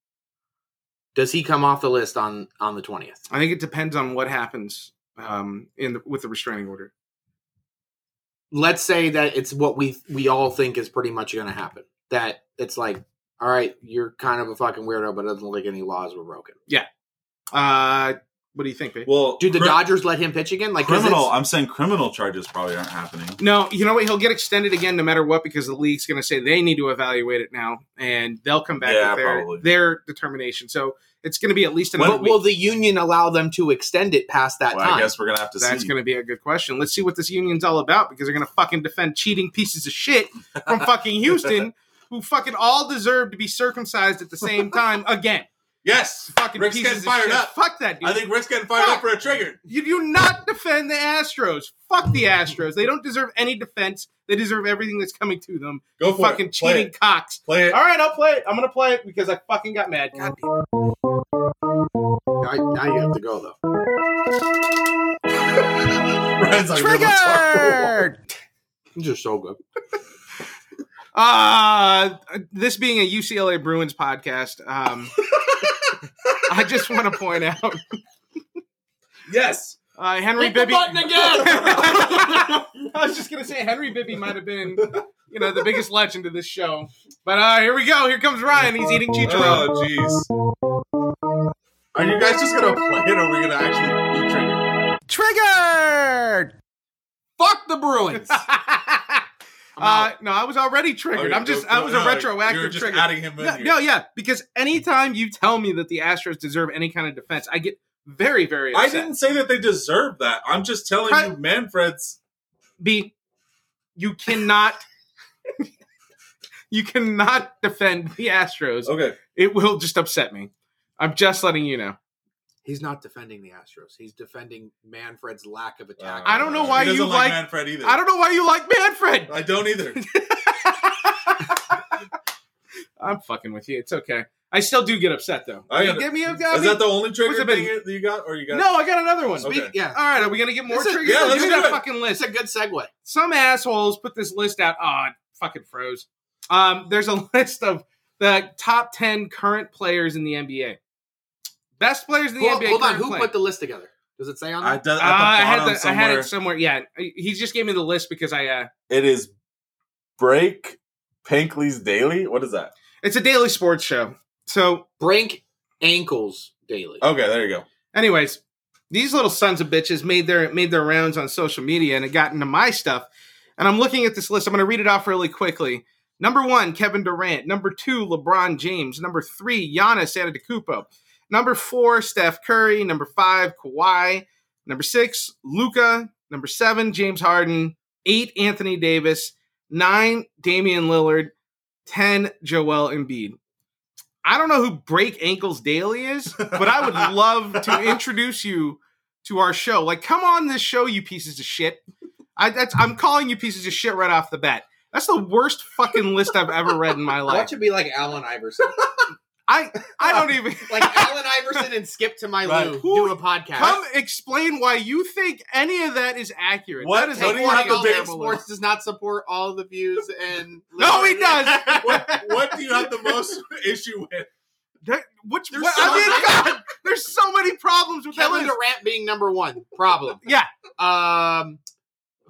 S5: Does he come off the list on on the 20th?
S4: I think it depends on what happens um, in the, with the restraining order.
S5: let's say that it's what we we all think is pretty much going to happen. That it's like, all right, you're kind of a fucking weirdo, but it doesn't look like any laws were broken.
S4: Uh, what do you think, babe?
S3: Well,
S5: Do the
S3: cri-
S5: Dodgers let him pitch again? Like 'cause
S3: criminal.
S5: it's-
S3: I'm saying criminal charges probably aren't happening.
S4: No, you know what? He'll get extended again no matter what because the league's going to say they need to evaluate it now, and they'll come back
S3: Yeah,
S4: with their
S3: probably.
S4: their determination. So it's going to be at least another
S5: but
S4: week.
S5: will the union allow them to extend it past that
S3: Well,
S5: time?
S3: I guess we're gonna have to
S4: That's
S3: see.
S4: going to be a good question. Let's see what this union's all about because they're going to fucking defend cheating pieces of shit from fucking Houston, who fucking all deserve to be circumcised at the same time again.
S3: yes,
S4: Fucking
S3: Rick's
S4: pieces
S3: getting
S4: of
S3: fired
S4: shit.
S3: up.
S4: Fuck that dude.
S3: I think Rick's getting fired up for a trigger.
S4: You do not defend the Astros. Fuck the Astros. They don't deserve any defense. They deserve everything that's coming to them.
S3: Go for
S4: fucking
S3: it. Play
S4: cheating
S3: it.
S4: cocks.
S3: Play it.
S4: All right, I'll play it. I'm gonna play it because I fucking got mad. God damn it.
S5: I- now you have to go though.
S3: Ryan's like, "We're gonna talk for a while."
S4: Triggered.
S5: These are so good.
S4: Uh, this being a UCLA Bruins podcast, um, I just want to point out
S3: Yes.
S4: uh, Henry
S5: Hit the
S4: Bibby.
S5: button again!
S4: I was just gonna say Henry Bibby might have been, you know, the biggest legend of this show. But uh, here we go. Here comes Ryan. He's eating chicharron.
S3: Oh jeez. Are you guys just gonna play it, or are we gonna actually be triggered?
S4: Triggered.
S5: Fuck the Bruins.
S4: Uh, no, I was already triggered.
S3: Okay,
S4: I'm just,
S3: go-
S4: I was
S3: no,
S4: a
S3: no,
S4: retroactive
S3: You're just
S4: trigger.
S3: adding him in
S4: No,
S3: here.
S4: no, yeah, because anytime you tell me that the Astros deserve any kind of defense, I get very, very
S3: I
S4: upset.
S3: didn't say that they deserve that. I'm just telling
S4: Right.
S3: you, Manfred's.
S4: B, you cannot, you cannot defend the Astros.
S3: Okay.
S4: It will just upset me. I'm just letting you know.
S5: He's not defending the Astros. He's defending Manfred's lack of attack.
S4: I don't know why
S3: he doesn't
S4: you like-
S3: like Manfred either.
S4: I don't know why you like Manfred.
S3: I don't either.
S4: I'm fucking with you. It's okay. I still do get upset though.
S3: I
S4: you
S3: got-
S4: give me a Is
S3: Is that the only trigger
S4: it been?
S3: thing you that you got, or you got?
S4: No, I got another one.
S3: Okay.
S5: Yeah,
S4: All right, are we gonna get more
S5: This is-
S4: triggers?
S3: yeah,
S4: Look
S3: let's
S4: at
S3: do
S4: that
S3: it.
S4: fucking list.
S5: it's a good segue.
S4: some assholes put this list out. Oh, it fucking froze. Um, there's a list of the top 10 current players in the NBA. Best players in the
S5: Hold,
S4: NBA.
S5: hold on,
S4: current
S5: who
S4: playing.
S5: put the list together? Does it say on
S3: I,
S5: there?
S3: do, at the
S4: Uh, I had
S3: bottom
S4: the- I had
S3: somewhere,
S4: it somewhere. Yeah, he just gave me the list because I. Uh,
S3: it is break Pankley's daily. What is that?
S4: it's a daily sports show. So,
S5: Brink ankles daily.
S3: Okay, there you go.
S4: anyways, these little sons of bitches made their made their rounds on social media and it got into my stuff. And I'm looking at this list. I'm going to read it off really quickly. Number one, Kevin Durant. Number two, LeBron James. Number three, Giannis Antetokounmpo. Number four, Steph Curry. Number five, Kawhi. Number six, Luca. Number seven, James Harden. eight Anthony Davis, nine Damian Lillard, ten Joel Embiid. I don't know who Break Ankles Daily is, but I would love to introduce you to our show. Like, come on this show, you pieces of shit. I, that's, I'm calling you pieces of shit right off the bat. That's the worst fucking list I've ever read in my
S5: That
S4: life.
S5: should be like Allen Iverson.
S4: I I don't even
S5: like Allen Iverson and Skip to my
S3: Right.
S5: Lou
S4: Who-
S5: do a podcast.
S4: Come explain why you think any of that is accurate.
S3: What-
S4: That is
S3: what
S4: a
S3: do you have
S4: fucking
S3: to
S5: all
S3: base-
S5: the
S4: terrible
S5: sports
S4: list.
S5: does not support all the views and
S4: No, he does.
S3: what, what do you have the most issue with?
S4: That- which
S5: There's
S4: what-
S5: so
S4: I mean, God, there's so many problems with
S5: Kevin
S4: that list.
S5: Durant being number one problem.
S4: Yeah.
S5: Um,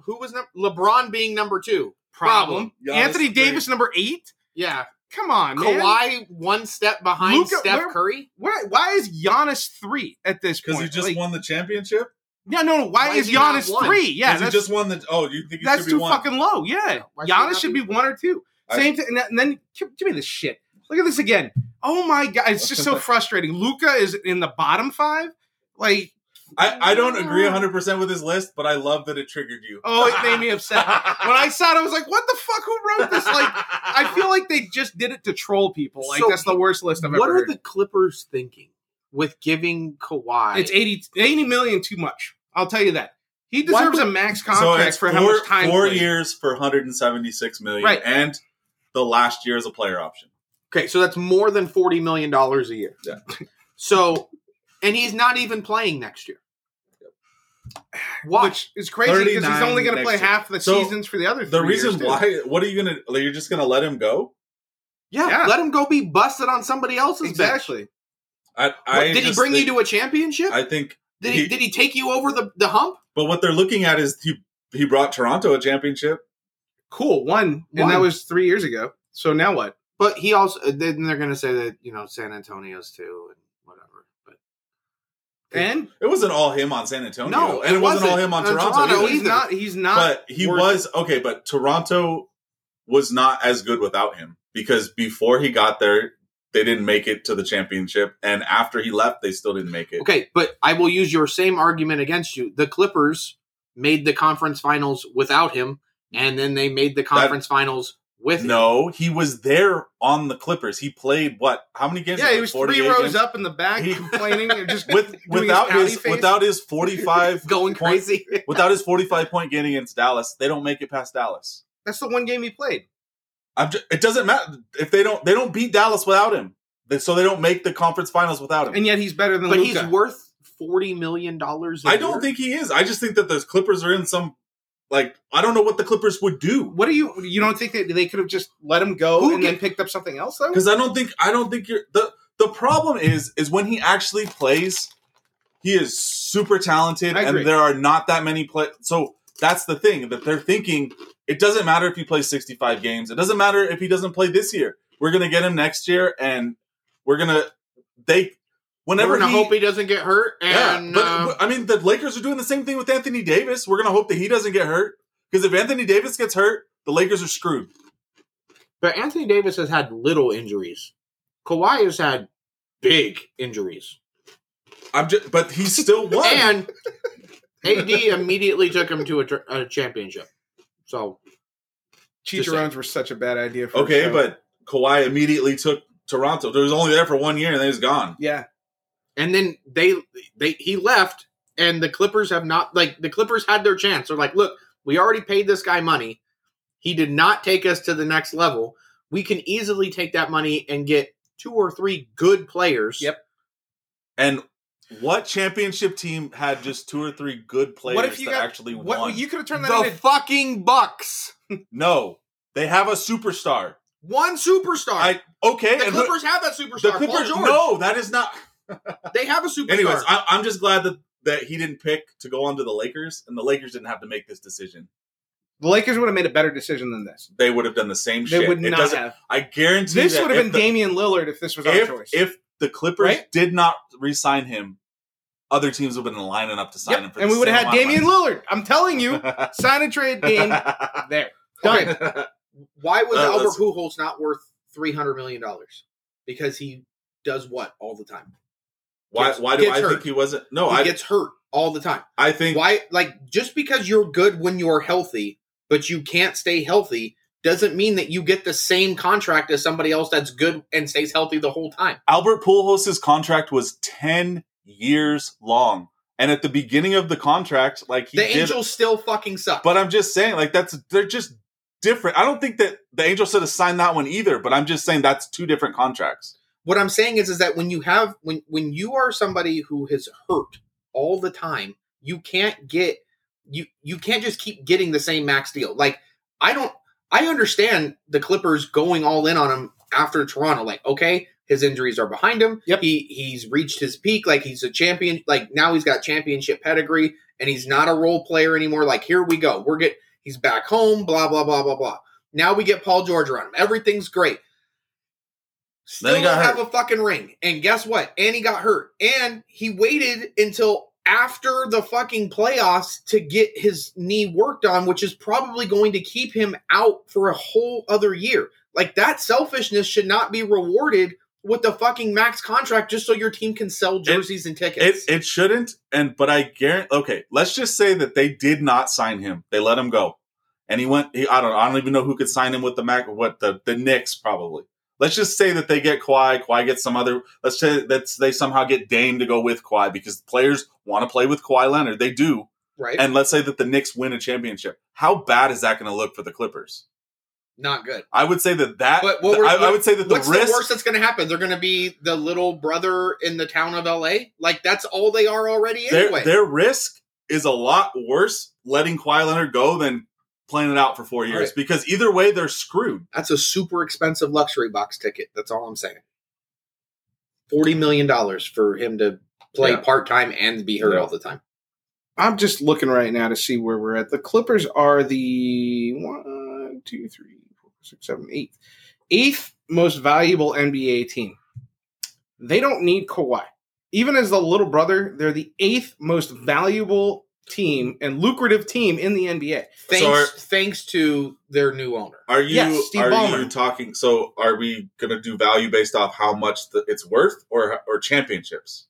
S5: who was num- LeBron being number two
S4: Problem.
S3: Giannis
S4: Anthony
S3: is
S4: Davis, number eight.
S5: Yeah.
S4: Come on, man.
S5: Kawhi one step behind
S4: Luka-
S5: Steph
S4: where-
S5: Curry.
S4: Why, why is Giannis three at this point?
S3: Because he just
S4: Like,
S3: won the championship.
S4: Yeah, no, no. Why,
S5: Why
S4: is
S5: is he not
S4: Giannis
S5: one?
S4: three? Yeah,
S3: Because he
S4: that's,
S3: just won the. Oh, you think he
S4: that's
S3: should be
S4: too
S3: one?
S4: fucking low. Yeah,
S5: Why should he
S4: Giannis
S5: not
S4: should
S5: be
S4: be one or two.
S3: I-
S4: Same thing. And then give, give me this shit. Look at this again. Oh my god, it's just so frustrating. Luca is in the bottom five. Like,
S3: I, I don't agree 100 percent with his list, but I love that it triggered you.
S4: oh, it made me upset. When I saw it, I was like, "What the fuck? Who wrote this?" Like, I feel like they just did it to troll people. Like,
S5: So,
S4: that's the worst list I've
S5: What
S4: ever
S5: are
S4: heard.
S5: the Clippers thinking with giving Kawhi?
S4: it's 80, 80 million too much. I'll tell you that. He deserves a max
S3: so
S4: contract
S3: it's
S4: for
S3: four,
S4: how much time.
S3: four
S4: played.
S3: years for 176 million,
S4: Right.
S3: and the last year is a player option.
S5: okay, so that's more than forty million dollars a year.
S3: Yeah.
S5: So, and he's not even playing next year. Watch.
S4: Which is crazy because he's
S3: 39
S4: only going to play
S3: next year.
S4: half the
S3: So,
S4: seasons for the other.
S3: The
S4: three
S3: reason
S4: years, too.
S3: why? What are you gonna? Like, you're just gonna let him go?
S5: Yeah,
S4: Yeah.
S5: let him go be busted on somebody else's bench.
S4: exactly.
S3: I,
S5: What,
S3: I
S5: did he
S3: just
S5: bring
S3: think,
S5: you to a championship?
S3: I think.
S5: did he,
S3: he-
S5: did he take you over the, the hump?
S3: But what they're looking at is he he brought Toronto a championship.
S4: Cool, one, and
S5: One.
S4: that was three years ago. So now what?
S5: But he also then they're going to say that you know San Antonio's too and whatever. But
S4: And
S3: It wasn't all him on San Antonio.
S5: No,
S3: and it,
S5: it
S3: wasn't, all
S5: wasn't.
S3: him on
S5: On
S3: Toronto.
S5: Toronto,
S3: either.
S4: he's
S5: either.
S4: not. He's not.
S3: but he
S4: worth
S3: was okay. But Toronto was not as good without him because before he got there, they didn't make it to the championship, and after he left, they still didn't make it.
S5: okay, but I will use your same argument against you. The Clippers made the conference finals without him, and then they made the conference finals with him.
S3: No, he was there on the Clippers. He played what? How many games?
S4: Yeah, he was three
S3: 48
S4: rows
S3: games?
S4: up in the back,
S3: He-
S4: complaining, or just
S3: with
S4: doing
S3: without
S4: pouty
S3: his
S4: face.
S3: without his forty five
S5: going crazy.
S3: without his forty five point game against Dallas. They don't make it past Dallas.
S4: That's the one game he played.
S3: I'm just, it doesn't matter if they don't they don't beat Dallas without him. They- So they don't make the conference finals without him.
S4: And yet he's better than
S5: but he's
S4: Luka.
S5: worth forty million dollars.
S3: I don't think he is. I just think that the Clippers are in some like I don't know what the Clippers would do
S4: what do you? You don't think that they could have just let him go
S5: Who
S4: and
S5: get-
S4: then picked up something else though?
S3: because I don't think I don't think you're the the problem is is when he actually plays, he is super talented,
S4: I agree.
S3: and there are not that many play. So that's the thing that they're thinking. It doesn't matter if he plays sixty five games. It doesn't matter if he doesn't play this year. We're gonna get him next year, and we're gonna they whenever
S5: We're gonna
S3: he-
S5: hope he doesn't get hurt.
S3: Yeah,
S5: And
S3: but,
S5: uh,
S3: but, I mean, the Lakers are doing the same thing with Anthony Davis. We're gonna hope that he doesn't get hurt because if Anthony Davis gets hurt, the Lakers are screwed.
S5: But Anthony Davis has had little injuries. Kawhi has had big injuries.
S3: I'm just, but he still won.
S5: And AD immediately took him to a, tr- a championship. So
S4: Chicharrones were such a bad idea. for a
S3: okay,
S4: show.
S3: but Kawhi immediately took Toronto. They was only there for one year and then he's gone.
S4: yeah,
S5: and then they they he left and the Clippers have not like the Clippers had their chance. They're like, "Look, we already paid this guy money. He did not take us to the next level. We can easily take that money and get two or three good players."
S4: Yep.
S3: And what championship team had just two or three good players
S4: what if you
S3: that
S4: got,
S3: actually
S4: what,
S3: won?
S4: You could have turned that
S5: The
S4: into
S5: fucking Bucks.
S3: no, they have a superstar.
S5: One superstar.
S3: I okay,
S5: the
S3: and who-
S5: Clippers have that
S3: the
S5: superstar. Paul
S3: Clippers.
S5: George.
S3: No, that is not.
S5: They have a superstar.
S3: Anyways, I, I'm just glad that that he didn't pick to go on to the Lakers, and the Lakers didn't have to make this decision.
S4: the Lakers would have made a better decision than this.
S3: They would have done the same
S4: They
S3: shit.
S4: would
S3: It
S4: not
S3: doesn't-
S4: have.
S3: I guarantee
S4: This
S3: that
S4: would have
S3: if
S4: been
S3: the-
S4: Damian Lillard if this was our choice.
S3: If, if the Clippers
S4: Right?
S3: did not re-sign him, other teams would have been lining up to sign him.
S4: Yep.
S3: For
S4: and
S3: the
S4: we would
S3: same
S4: have had Damian
S3: amount
S4: Lillard. I'm telling you,
S3: of
S4: sign and trade game
S3: money.
S4: there.
S5: Okay. Why was
S3: Uh,
S5: Albert
S3: let's-
S5: Pujols not worth three hundred million dollars? Because he does what all the time?
S3: why?
S5: Gets-
S3: Why do
S5: gets
S3: I
S5: hurt.
S3: think he wasn't? No,
S5: he
S3: Oh, I.
S5: gets hurt all the time.
S3: I think
S5: Why? Like just because you're good when you're healthy but you can't stay healthy doesn't mean that you get the same contract as somebody else that's good and stays healthy the whole time.
S3: Albert Pujols' contract was 10 years long. And at the beginning of the contract, like he
S5: the
S3: did,
S5: Angels still fucking suck.
S3: but I'm just saying, like that's they're just different. I don't think that the Angels should have signed that one either. But I'm just saying that's two different contracts.
S5: what I'm saying is is that when you have when when you are somebody who has hurt all the time, you can't get you you can't just keep getting the same max deal. Like I don't I understand the Clippers going all in on him after Toronto. Like okay, his injuries are behind him.
S4: Yep.
S5: He he's reached his peak. Like he's a champion. Like now he's got championship pedigree and he's not a role player anymore. Like here we go. We're get he's back home. Blah blah blah blah blah. Now we get Paul George around him. Everything's great. Still
S3: Then he
S5: don't
S3: got
S5: have a fucking ring. And guess what? And he got hurt. And he waited until after the fucking playoffs to get his knee worked on, which is probably going to keep him out for a whole other year. Like that selfishness should not be rewarded with the fucking max contract just so your team can sell jerseys and
S3: It
S5: tickets.
S3: it shouldn't. And but I guarantee. Okay, let's just say that they did not sign him. They let him go, and he went. He, I don't. I don't even know who could sign him with the Mac. What the the Knicks probably. Let's just say that they get Kawhi. Kawhi gets some other. Let's say that they somehow get Dame to go with Kawhi because players want to play with Kawhi Leonard. They do.
S5: right?
S3: and let's say that the Knicks win a championship, how bad is that going to look for the Clippers?
S5: not good.
S3: I would say that that
S5: But what were-
S3: I, I would say that the
S5: What's the worst
S3: risk.
S5: that's going to happen? They're going to be the little brother in the town of LA. Like that's all they are already anyway.
S3: their, their risk is a lot worse letting Kawhi Leonard go than playing it out for four years
S5: Right.
S3: because either way they're screwed.
S5: That's a super expensive luxury box ticket. That's all I'm saying. Forty million dollars for him to play
S3: Yeah.
S5: part time and be hurt
S3: Yeah.
S5: all the time.
S4: I'm just looking right now to see where we're at. The Clippers are the one, two, three, four, six, seven, eight, eighth most valuable NBA team. They don't need Kawhi. Even as the little brother, they're the eighth most valuable team and lucrative team in the NBA.
S5: Thanks,
S3: are-
S5: thanks to their new owner.
S3: Are you
S4: Yes, Steve
S3: are you
S4: Ballmer.
S3: talking? So are we going to do value based off how much the, it's worth or or championships?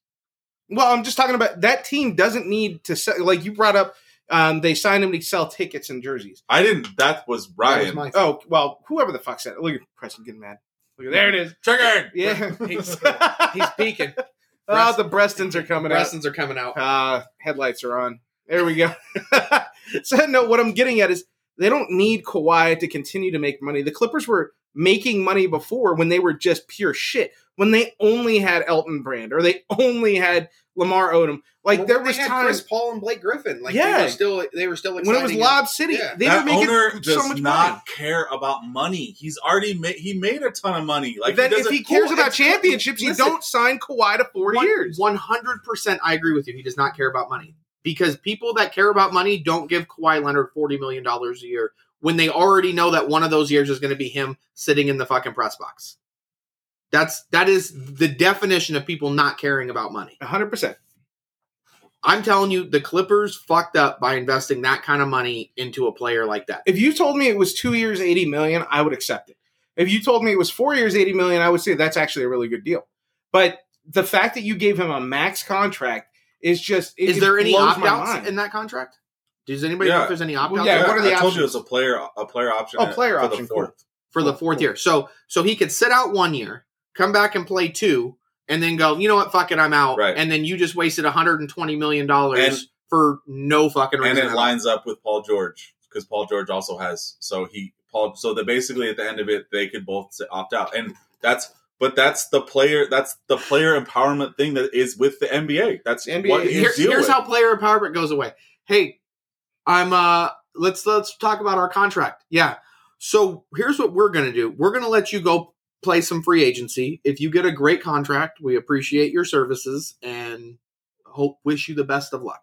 S4: Well, I'm just talking about that team doesn't need to sell. Like you brought up, um, they signed him to sell tickets and jerseys.
S3: I didn't. That was
S5: That
S3: Ryan.
S5: was my
S4: Oh well, whoever the fuck said it. Look at Preston getting mad. Look at there it is.
S3: Triggered.
S4: Yeah,
S5: He's- He's peaking.
S4: Oh, the Brestons are coming out.
S5: Lessons are coming out.
S4: Uh, headlights are on. There we go. so no, what I'm getting at is they don't need Kawhi to continue to make money. The Clippers were making money before when they were just pure shit. When they only had Elton Brand or they only had Lamar Odom. Like
S5: Well,
S4: there
S5: they
S4: was
S5: had
S4: times
S5: Chris Paul and Blake Griffin. Like they
S4: Yeah.
S5: were still they were still
S4: when it was
S5: exciting.
S4: Lob City,
S5: Yeah.
S4: they
S3: that
S4: were making
S3: owner does
S4: so much
S3: not
S4: money.
S3: care about money. He's already made he made a ton of money. Like
S4: Then
S3: he
S4: if
S3: doesn't-
S4: he cares
S5: Well,
S4: about
S5: it's-
S4: championships, you
S5: listen.
S4: don't sign Kawhi to four years.
S5: One hundred percent, I agree with you. He does not care about money because people that care about money don't give Kawhi Leonard forty million dollars a year when they already know that one of those years is going to be him sitting in the fucking press box. That's that is the definition of people not caring about money.
S4: 100%.
S5: I'm telling you, the Clippers fucked up by investing that kind of money into a player like that.
S4: If you told me it was two years, 80 million, I would accept it. If you told me it was four years, 80 million, I would say that's actually a really good deal. But the fact that you gave him a max contract is just. it
S5: Is
S4: just
S5: there any
S4: blows
S5: opt
S4: my
S5: outs
S4: mind.
S5: in that contract? Does anybody know
S3: Yeah.
S5: if there's any opt outs?
S4: Well, yeah, what are the
S3: I told
S4: options?
S3: you it's a player a player option.
S4: Oh, player
S3: for the
S4: option,
S3: fourth.
S5: for the
S3: Oh,
S4: Cool,
S5: fourth
S4: cool.
S5: year. So so he could sit out one year, come back and play two, and then go, you know what, fuck it, I'm out.
S3: Right.
S5: And then you just wasted $120 million
S3: And-
S5: for no fucking reason.
S3: And it
S5: at all.
S3: lines up with Paul George because Paul George also has so he Paul so that basically at the end of it they could both s- opt out and that's but that's the player that's the player empowerment thing that is with the NBA. That's
S4: NBA
S3: what you
S5: Here-
S3: deal
S5: here's
S3: with.
S5: how player empowerment goes away. Hey, I'm uh let's let's talk about our contract. Yeah. So here's what we're gonna do. We're gonna let you go play some free agency. If you get a great contract, we appreciate your services and hope wish you the best of luck.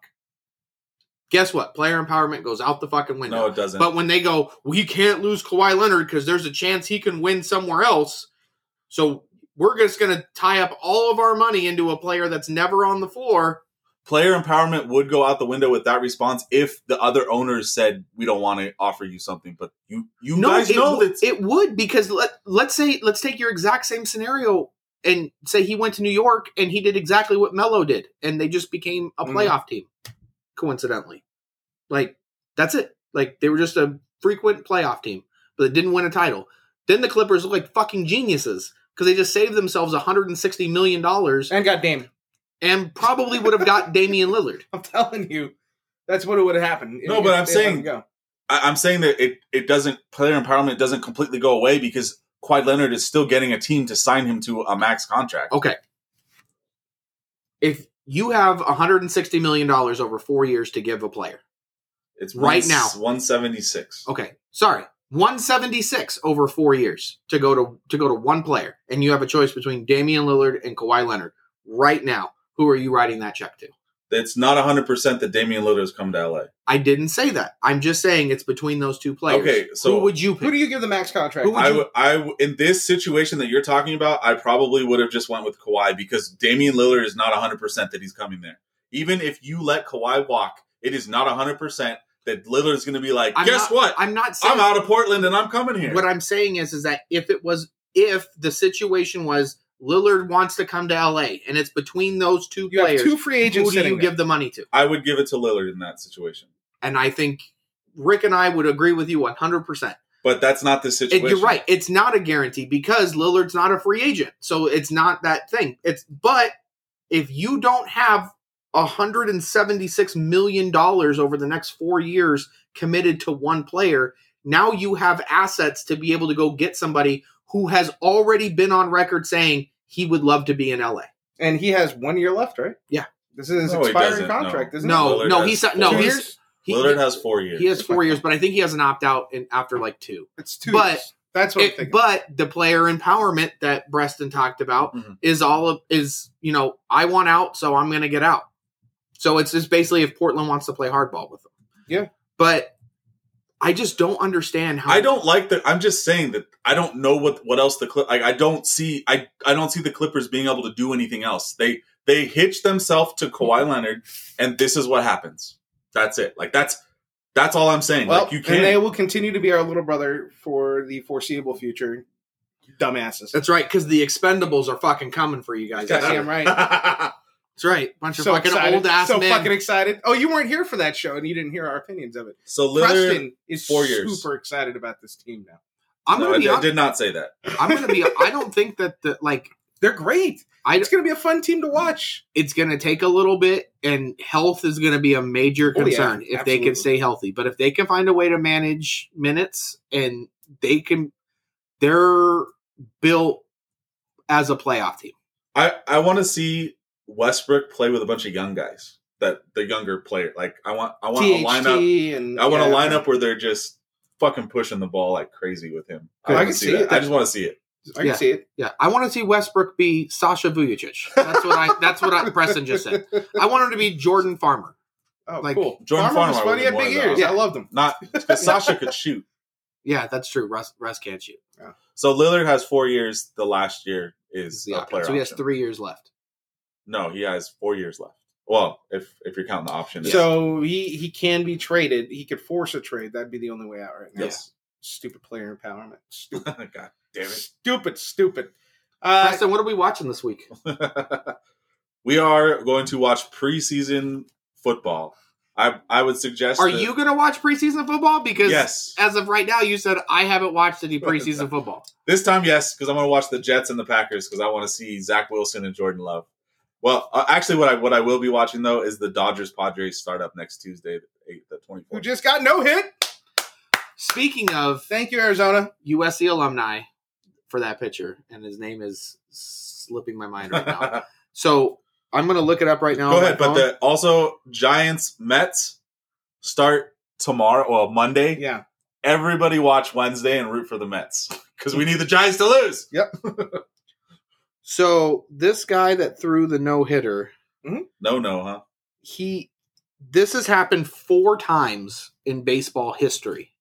S5: Guess what? Player empowerment goes out the fucking window.
S3: no, it doesn't.
S5: But when they go, we can't lose Kawhi Leonard because there's a chance he can win somewhere else. So we're just going to tie up all of our money into a player that's never on the floor.
S3: player empowerment would go out the window with that response if the other owners said we don't want to offer you something. But you you guys
S5: it,
S3: know
S5: w-
S3: that
S5: it would because let, let's say let's take your exact same scenario and say he went to New York and he did exactly what Melo did and they just became a
S3: Mm-hmm.
S4: Mhm.
S5: playoff team coincidentally. Like that's it. Like they were just a frequent playoff team, but it didn't win a title. Then the Clippers look like fucking geniuses because they just saved themselves 160 million dollars
S4: And goddamn,
S5: and probably would have got Damian Lillard.
S4: I'm telling you, that's what would have happened.
S3: No, but I'm
S4: They let him
S3: saying-
S4: go.
S3: I, I'm saying that it, it doesn't player empowerment doesn't completely go away because Kawhi Leonard is still getting a team to sign him to a max contract.
S5: Okay. If you have 160 million dollars over 4 years to give a player.
S3: It's
S5: Right now.
S3: one seventy six.
S5: Okay. Sorry. 176 over 4 years to go to to go to one player and you have a choice between Damian Lillard and Kawhi Leonard right now. Who are you writing that check to?
S3: It's not hundred percent that Damian Lillard has come to LA.
S5: I didn't say that. I'm just saying it's between those two players.
S3: Okay, so-
S5: who would you pick?
S4: who do you give the max contract?
S5: Who would
S3: I
S5: you-
S3: would, I w- in this situation that you're talking about, I probably would have just went with Kawhi because Damian Lillard is not 100 percent that he's coming there. Even if you let Kawhi walk, it is not 100 percent that Lillard is going to be like,
S5: I'm
S3: guess
S5: not-
S3: what?
S5: I'm not saying
S3: I'm out of Portland and I'm coming here.
S5: What I'm saying is, is that if it was, if the situation was Lillard wants to come to LA, and it's between those two
S4: you have
S5: players,
S4: two free agents
S5: who do
S4: sitting
S5: you
S4: there.
S5: give the money to?
S3: I would give it to Lillard in that situation,
S5: And I think Rick and I would agree with you 100. percent
S3: but that's not the situation.
S5: You're right. It's not a guarantee because Lillard's not a free agent, so it's not that thing. It's but if you don't have 176 million dollars over the next four years committed to one player, now you have assets to be able to go get somebody who has already been on record saying he would love to be in LA.
S4: and he has one year left, right?
S5: Yeah.
S4: This is his
S3: No, he
S4: expiring
S3: doesn't,
S4: contract,
S3: no.
S4: isn't it?
S5: No,
S3: Lillard
S5: no,
S3: has
S5: he's not-
S3: four
S5: no,
S4: years?
S5: he's he,
S3: Lillard has four years.
S5: he has four years, but I think he has an opt out in after like two.
S4: It's two
S5: But-
S4: years. That's what I'm
S5: It-
S4: thinking.
S5: but the player empowerment that Breston talked about
S4: Mm-hmm.
S3: Mhm.
S5: is all of is you know I want out, so I'm going to get out. So it's just basically if Portland wants to play hardball with them.
S4: Yeah.
S5: but I just don't understand how
S3: I don't like that. I'm just saying that I don't know what what else the clip. Like, I don't see. I I don't see the Clippers being able to do anything else. They they hitch themselves to
S4: Mm-hmm.
S3: Kawhi Leonard, and this is what happens. That's it. Like that's that's all I'm saying.
S4: well,
S3: like you
S4: and they
S3: can't.
S4: will continue to be our little brother for the foreseeable future. Dumbasses.
S5: That's right, because the Expendables are fucking coming for you guys. That's
S4: Goddamn right.
S5: right, bunch of
S4: so
S5: fucking
S4: excited.
S5: old ass
S4: so
S5: men.
S4: fucking excited. Oh, you weren't here for that show, and you didn't hear our opinions of it.
S3: so Lillard.
S4: Preston is
S3: four years.
S4: super excited about this team now.
S5: I'm
S3: No,
S5: gonna
S3: I,
S5: be.
S3: did- I
S5: Honest,
S3: did not say that.
S5: I'm gonna be. I don't think that the like
S4: They're great.
S5: I-
S4: it's going to be a fun team to watch.
S5: it's going to take a little bit, and health is going to be a major
S4: Oh, yeah,
S5: concern if they
S4: absolutely.
S5: can stay healthy. But if they can find a way to manage minutes, and they can, they're built as a playoff team.
S3: I I want to see Westbrook play with a bunch of young guys. That the younger player. Like I want I want a lineup.
S4: and
S3: I want
S4: yeah.
S3: a lineup where they're just fucking pushing the ball like crazy with him.
S4: I
S3: wanna
S4: can see it.
S3: that. I just want to see it.
S4: I can
S5: Yeah.
S4: see it.
S5: Yeah, I want to see Westbrook be Sasha Vujacic. That's what I. that's what I, Preston just said. I want him to be Jordan Farmer.
S4: Oh,
S5: Like,
S4: cool.
S3: Jordan
S4: Farmer was
S3: Farmer
S4: funny. He had
S3: would've
S4: big
S3: won that.
S4: ears.
S5: Yeah.
S4: I loved him.
S3: Not because Sasha could shoot.
S5: Yeah, that's true. Russ, Russ can't shoot.
S3: So Lillard has four years. The last year is
S5: He's the
S3: a player.
S5: option. So he has
S3: option.
S5: three years left.
S3: No, he has four years left. Well, if if you're counting the option, yes.
S4: So he he can be traded. He could force a trade. That'd be the only way out right now.
S3: yes.
S4: Stupid player empowerment. Stupid.
S3: God damn it.
S4: stupid. Stupid. Uh,
S5: Preston, what are we watching this week?
S3: we are going to watch preseason football. I I would suggest.
S5: Are
S3: that-
S5: you going to watch preseason football? Because
S3: Yes.
S5: as of right now, you said I haven't watched any preseason football.
S3: This time, yes, because I'm going to watch the Jets and the Packers because I want to see Zach Wilson and Jordan Love. Well, uh, actually, what I what I will be watching though is the Dodgers Padres start up next Tuesday, the eighth, the twenty
S4: who
S3: fourth.
S4: just got no hit?
S5: Speaking of
S4: Thank you, Arizona.
S5: USC alumni for that picture, and his name is slipping my mind right now.
S3: Go
S5: so I'm gonna look it up
S4: Oh
S5: right now. on my
S3: ahead, but
S5: phone.
S3: the, also Giants Mets start tomorrow, well Monday.
S4: Yeah.
S3: Everybody watch Wednesday and root for the Mets because we need the Giants to lose.
S5: so this guy that threw the no hitter,
S3: No, no, huh?
S5: he this has happened four times in baseball history.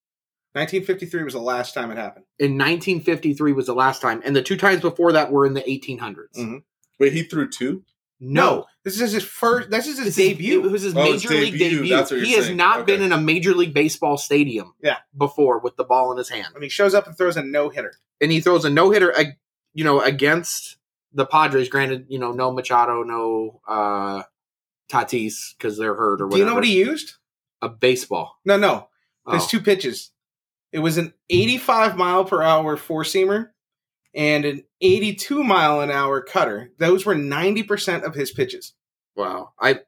S4: 1953 was the last time it happened.
S5: In 1953 was the last time, and the two times before that were in the 1800s.
S3: Mm.
S4: Mhm.
S3: Wait, he threw two.
S5: No,
S4: This is his first. This is his
S5: This is-
S4: debut.
S5: It was his
S3: Oh, his
S5: major league
S3: debut.
S5: debut.
S3: That's what you're
S5: He has
S3: saying.
S5: not
S3: Okay.
S5: been in a major league baseball stadium
S4: Yeah.
S5: before with the ball in his hand.
S4: and he shows up and throws a no hitter.
S5: and he throws a no hitter, you know, against the Padres. Granted, you know, no Machado, no uh, Tatis because they're hurt or whatever.
S4: Do you know what he used?
S5: A baseball.
S4: No, no. There's
S5: Oh.
S4: two pitches. It was an 85 mile per hour four seamer and an 82 mile an hour cutter. Those were 90% of his pitches.
S5: Wow. I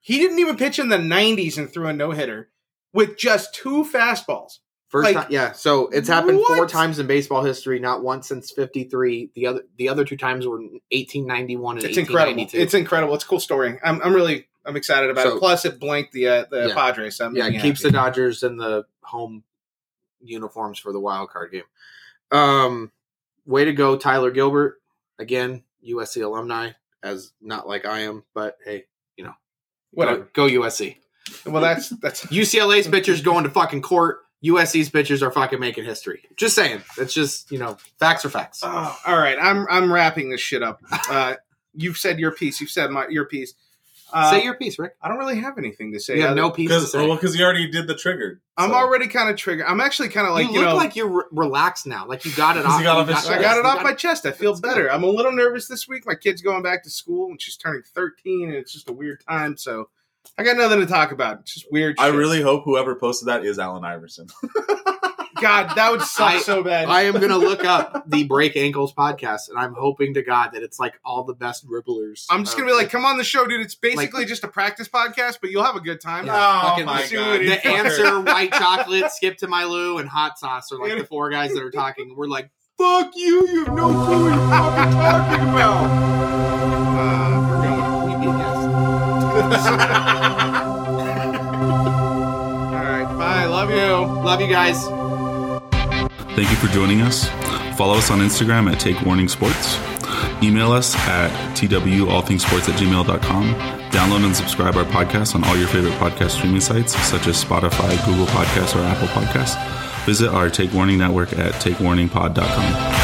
S4: He didn't even pitch in the 90s and threw a no hitter with just two fastballs.
S5: first
S4: Like,
S5: time, yeah. So it's happened four
S4: what?
S5: times in baseball history, not once since fifty three. The other the other two times were eighteen ninety one and
S4: It's incredible.
S5: 1892.
S4: It's incredible. It's a cool story. I'm, I'm really I'm excited about
S5: So-
S4: it. Plus, it blanked the uh, the
S5: Yeah.
S4: Padres. So I'm
S5: yeah, it keeps the Dodgers in the home uniforms for the wild card game. Um, way to go, Tyler Gilbert. Again, USC alumni, as not like I am, but hey,
S4: whatever.
S5: go, go USC.
S4: Well, that's that's
S5: UCLA's pitchers going to fucking court. USC's pitchers are fucking making history. Just saying. It's just you know, facts are facts.
S4: Oh, all right, I'm I'm wrapping this shit up. Uh, you've said your piece. You've said my your piece. Uh,
S5: Say your piece, Rick.
S4: I don't really have anything to say.
S5: You have
S4: other-
S5: no piece to
S3: Because
S5: say.
S3: you already did the trigger.
S4: I'm
S3: so.
S4: already kind of triggered. I'm actually kind of like
S5: you
S4: you,
S5: look
S4: know.
S5: like you're re- relaxed now. Like you got it
S3: Because
S5: off.
S3: he got off
S5: you
S3: his
S4: I
S3: chest.
S4: got
S5: you
S4: it off my chest. I feel better. I'm a little nervous this week. My kid's going back to school and she's turning 13, and it's just a weird time. So I got nothing to talk about. It's just weird.
S3: I
S4: shit.
S3: really hope whoever posted that is Allen Iverson.
S4: God, that would suck
S5: I-
S4: so bad.
S5: I am gonna look up the Break Ankles podcast, and I'm hoping to God that it's like all the best dribblers.
S4: I'm just gonna be like, come on the show, dude. It's basically just a practice podcast, but you'll have a good time.
S5: Yeah.
S3: Oh
S5: Fucking
S3: my
S4: see
S3: God.
S4: what he-
S5: the answer, white chocolate, skip to my Lou, and hot sauce are like the four guys that are talking. We're like, fuck you, you have no clue what you're fucking talking about.
S4: Uh, we're going.
S5: You beat us.
S4: All right, bye. Love you.
S5: Love you guys.
S3: Thank you for joining us. Follow us on Instagram at Take Warning Sports. Email us at twallthingsports at gmail.com. Download and subscribe our podcast on all your favorite podcast streaming sites, such as Spotify, Google Podcasts, or Apple Podcasts. Visit our Take Warning network at takewarningpod.com.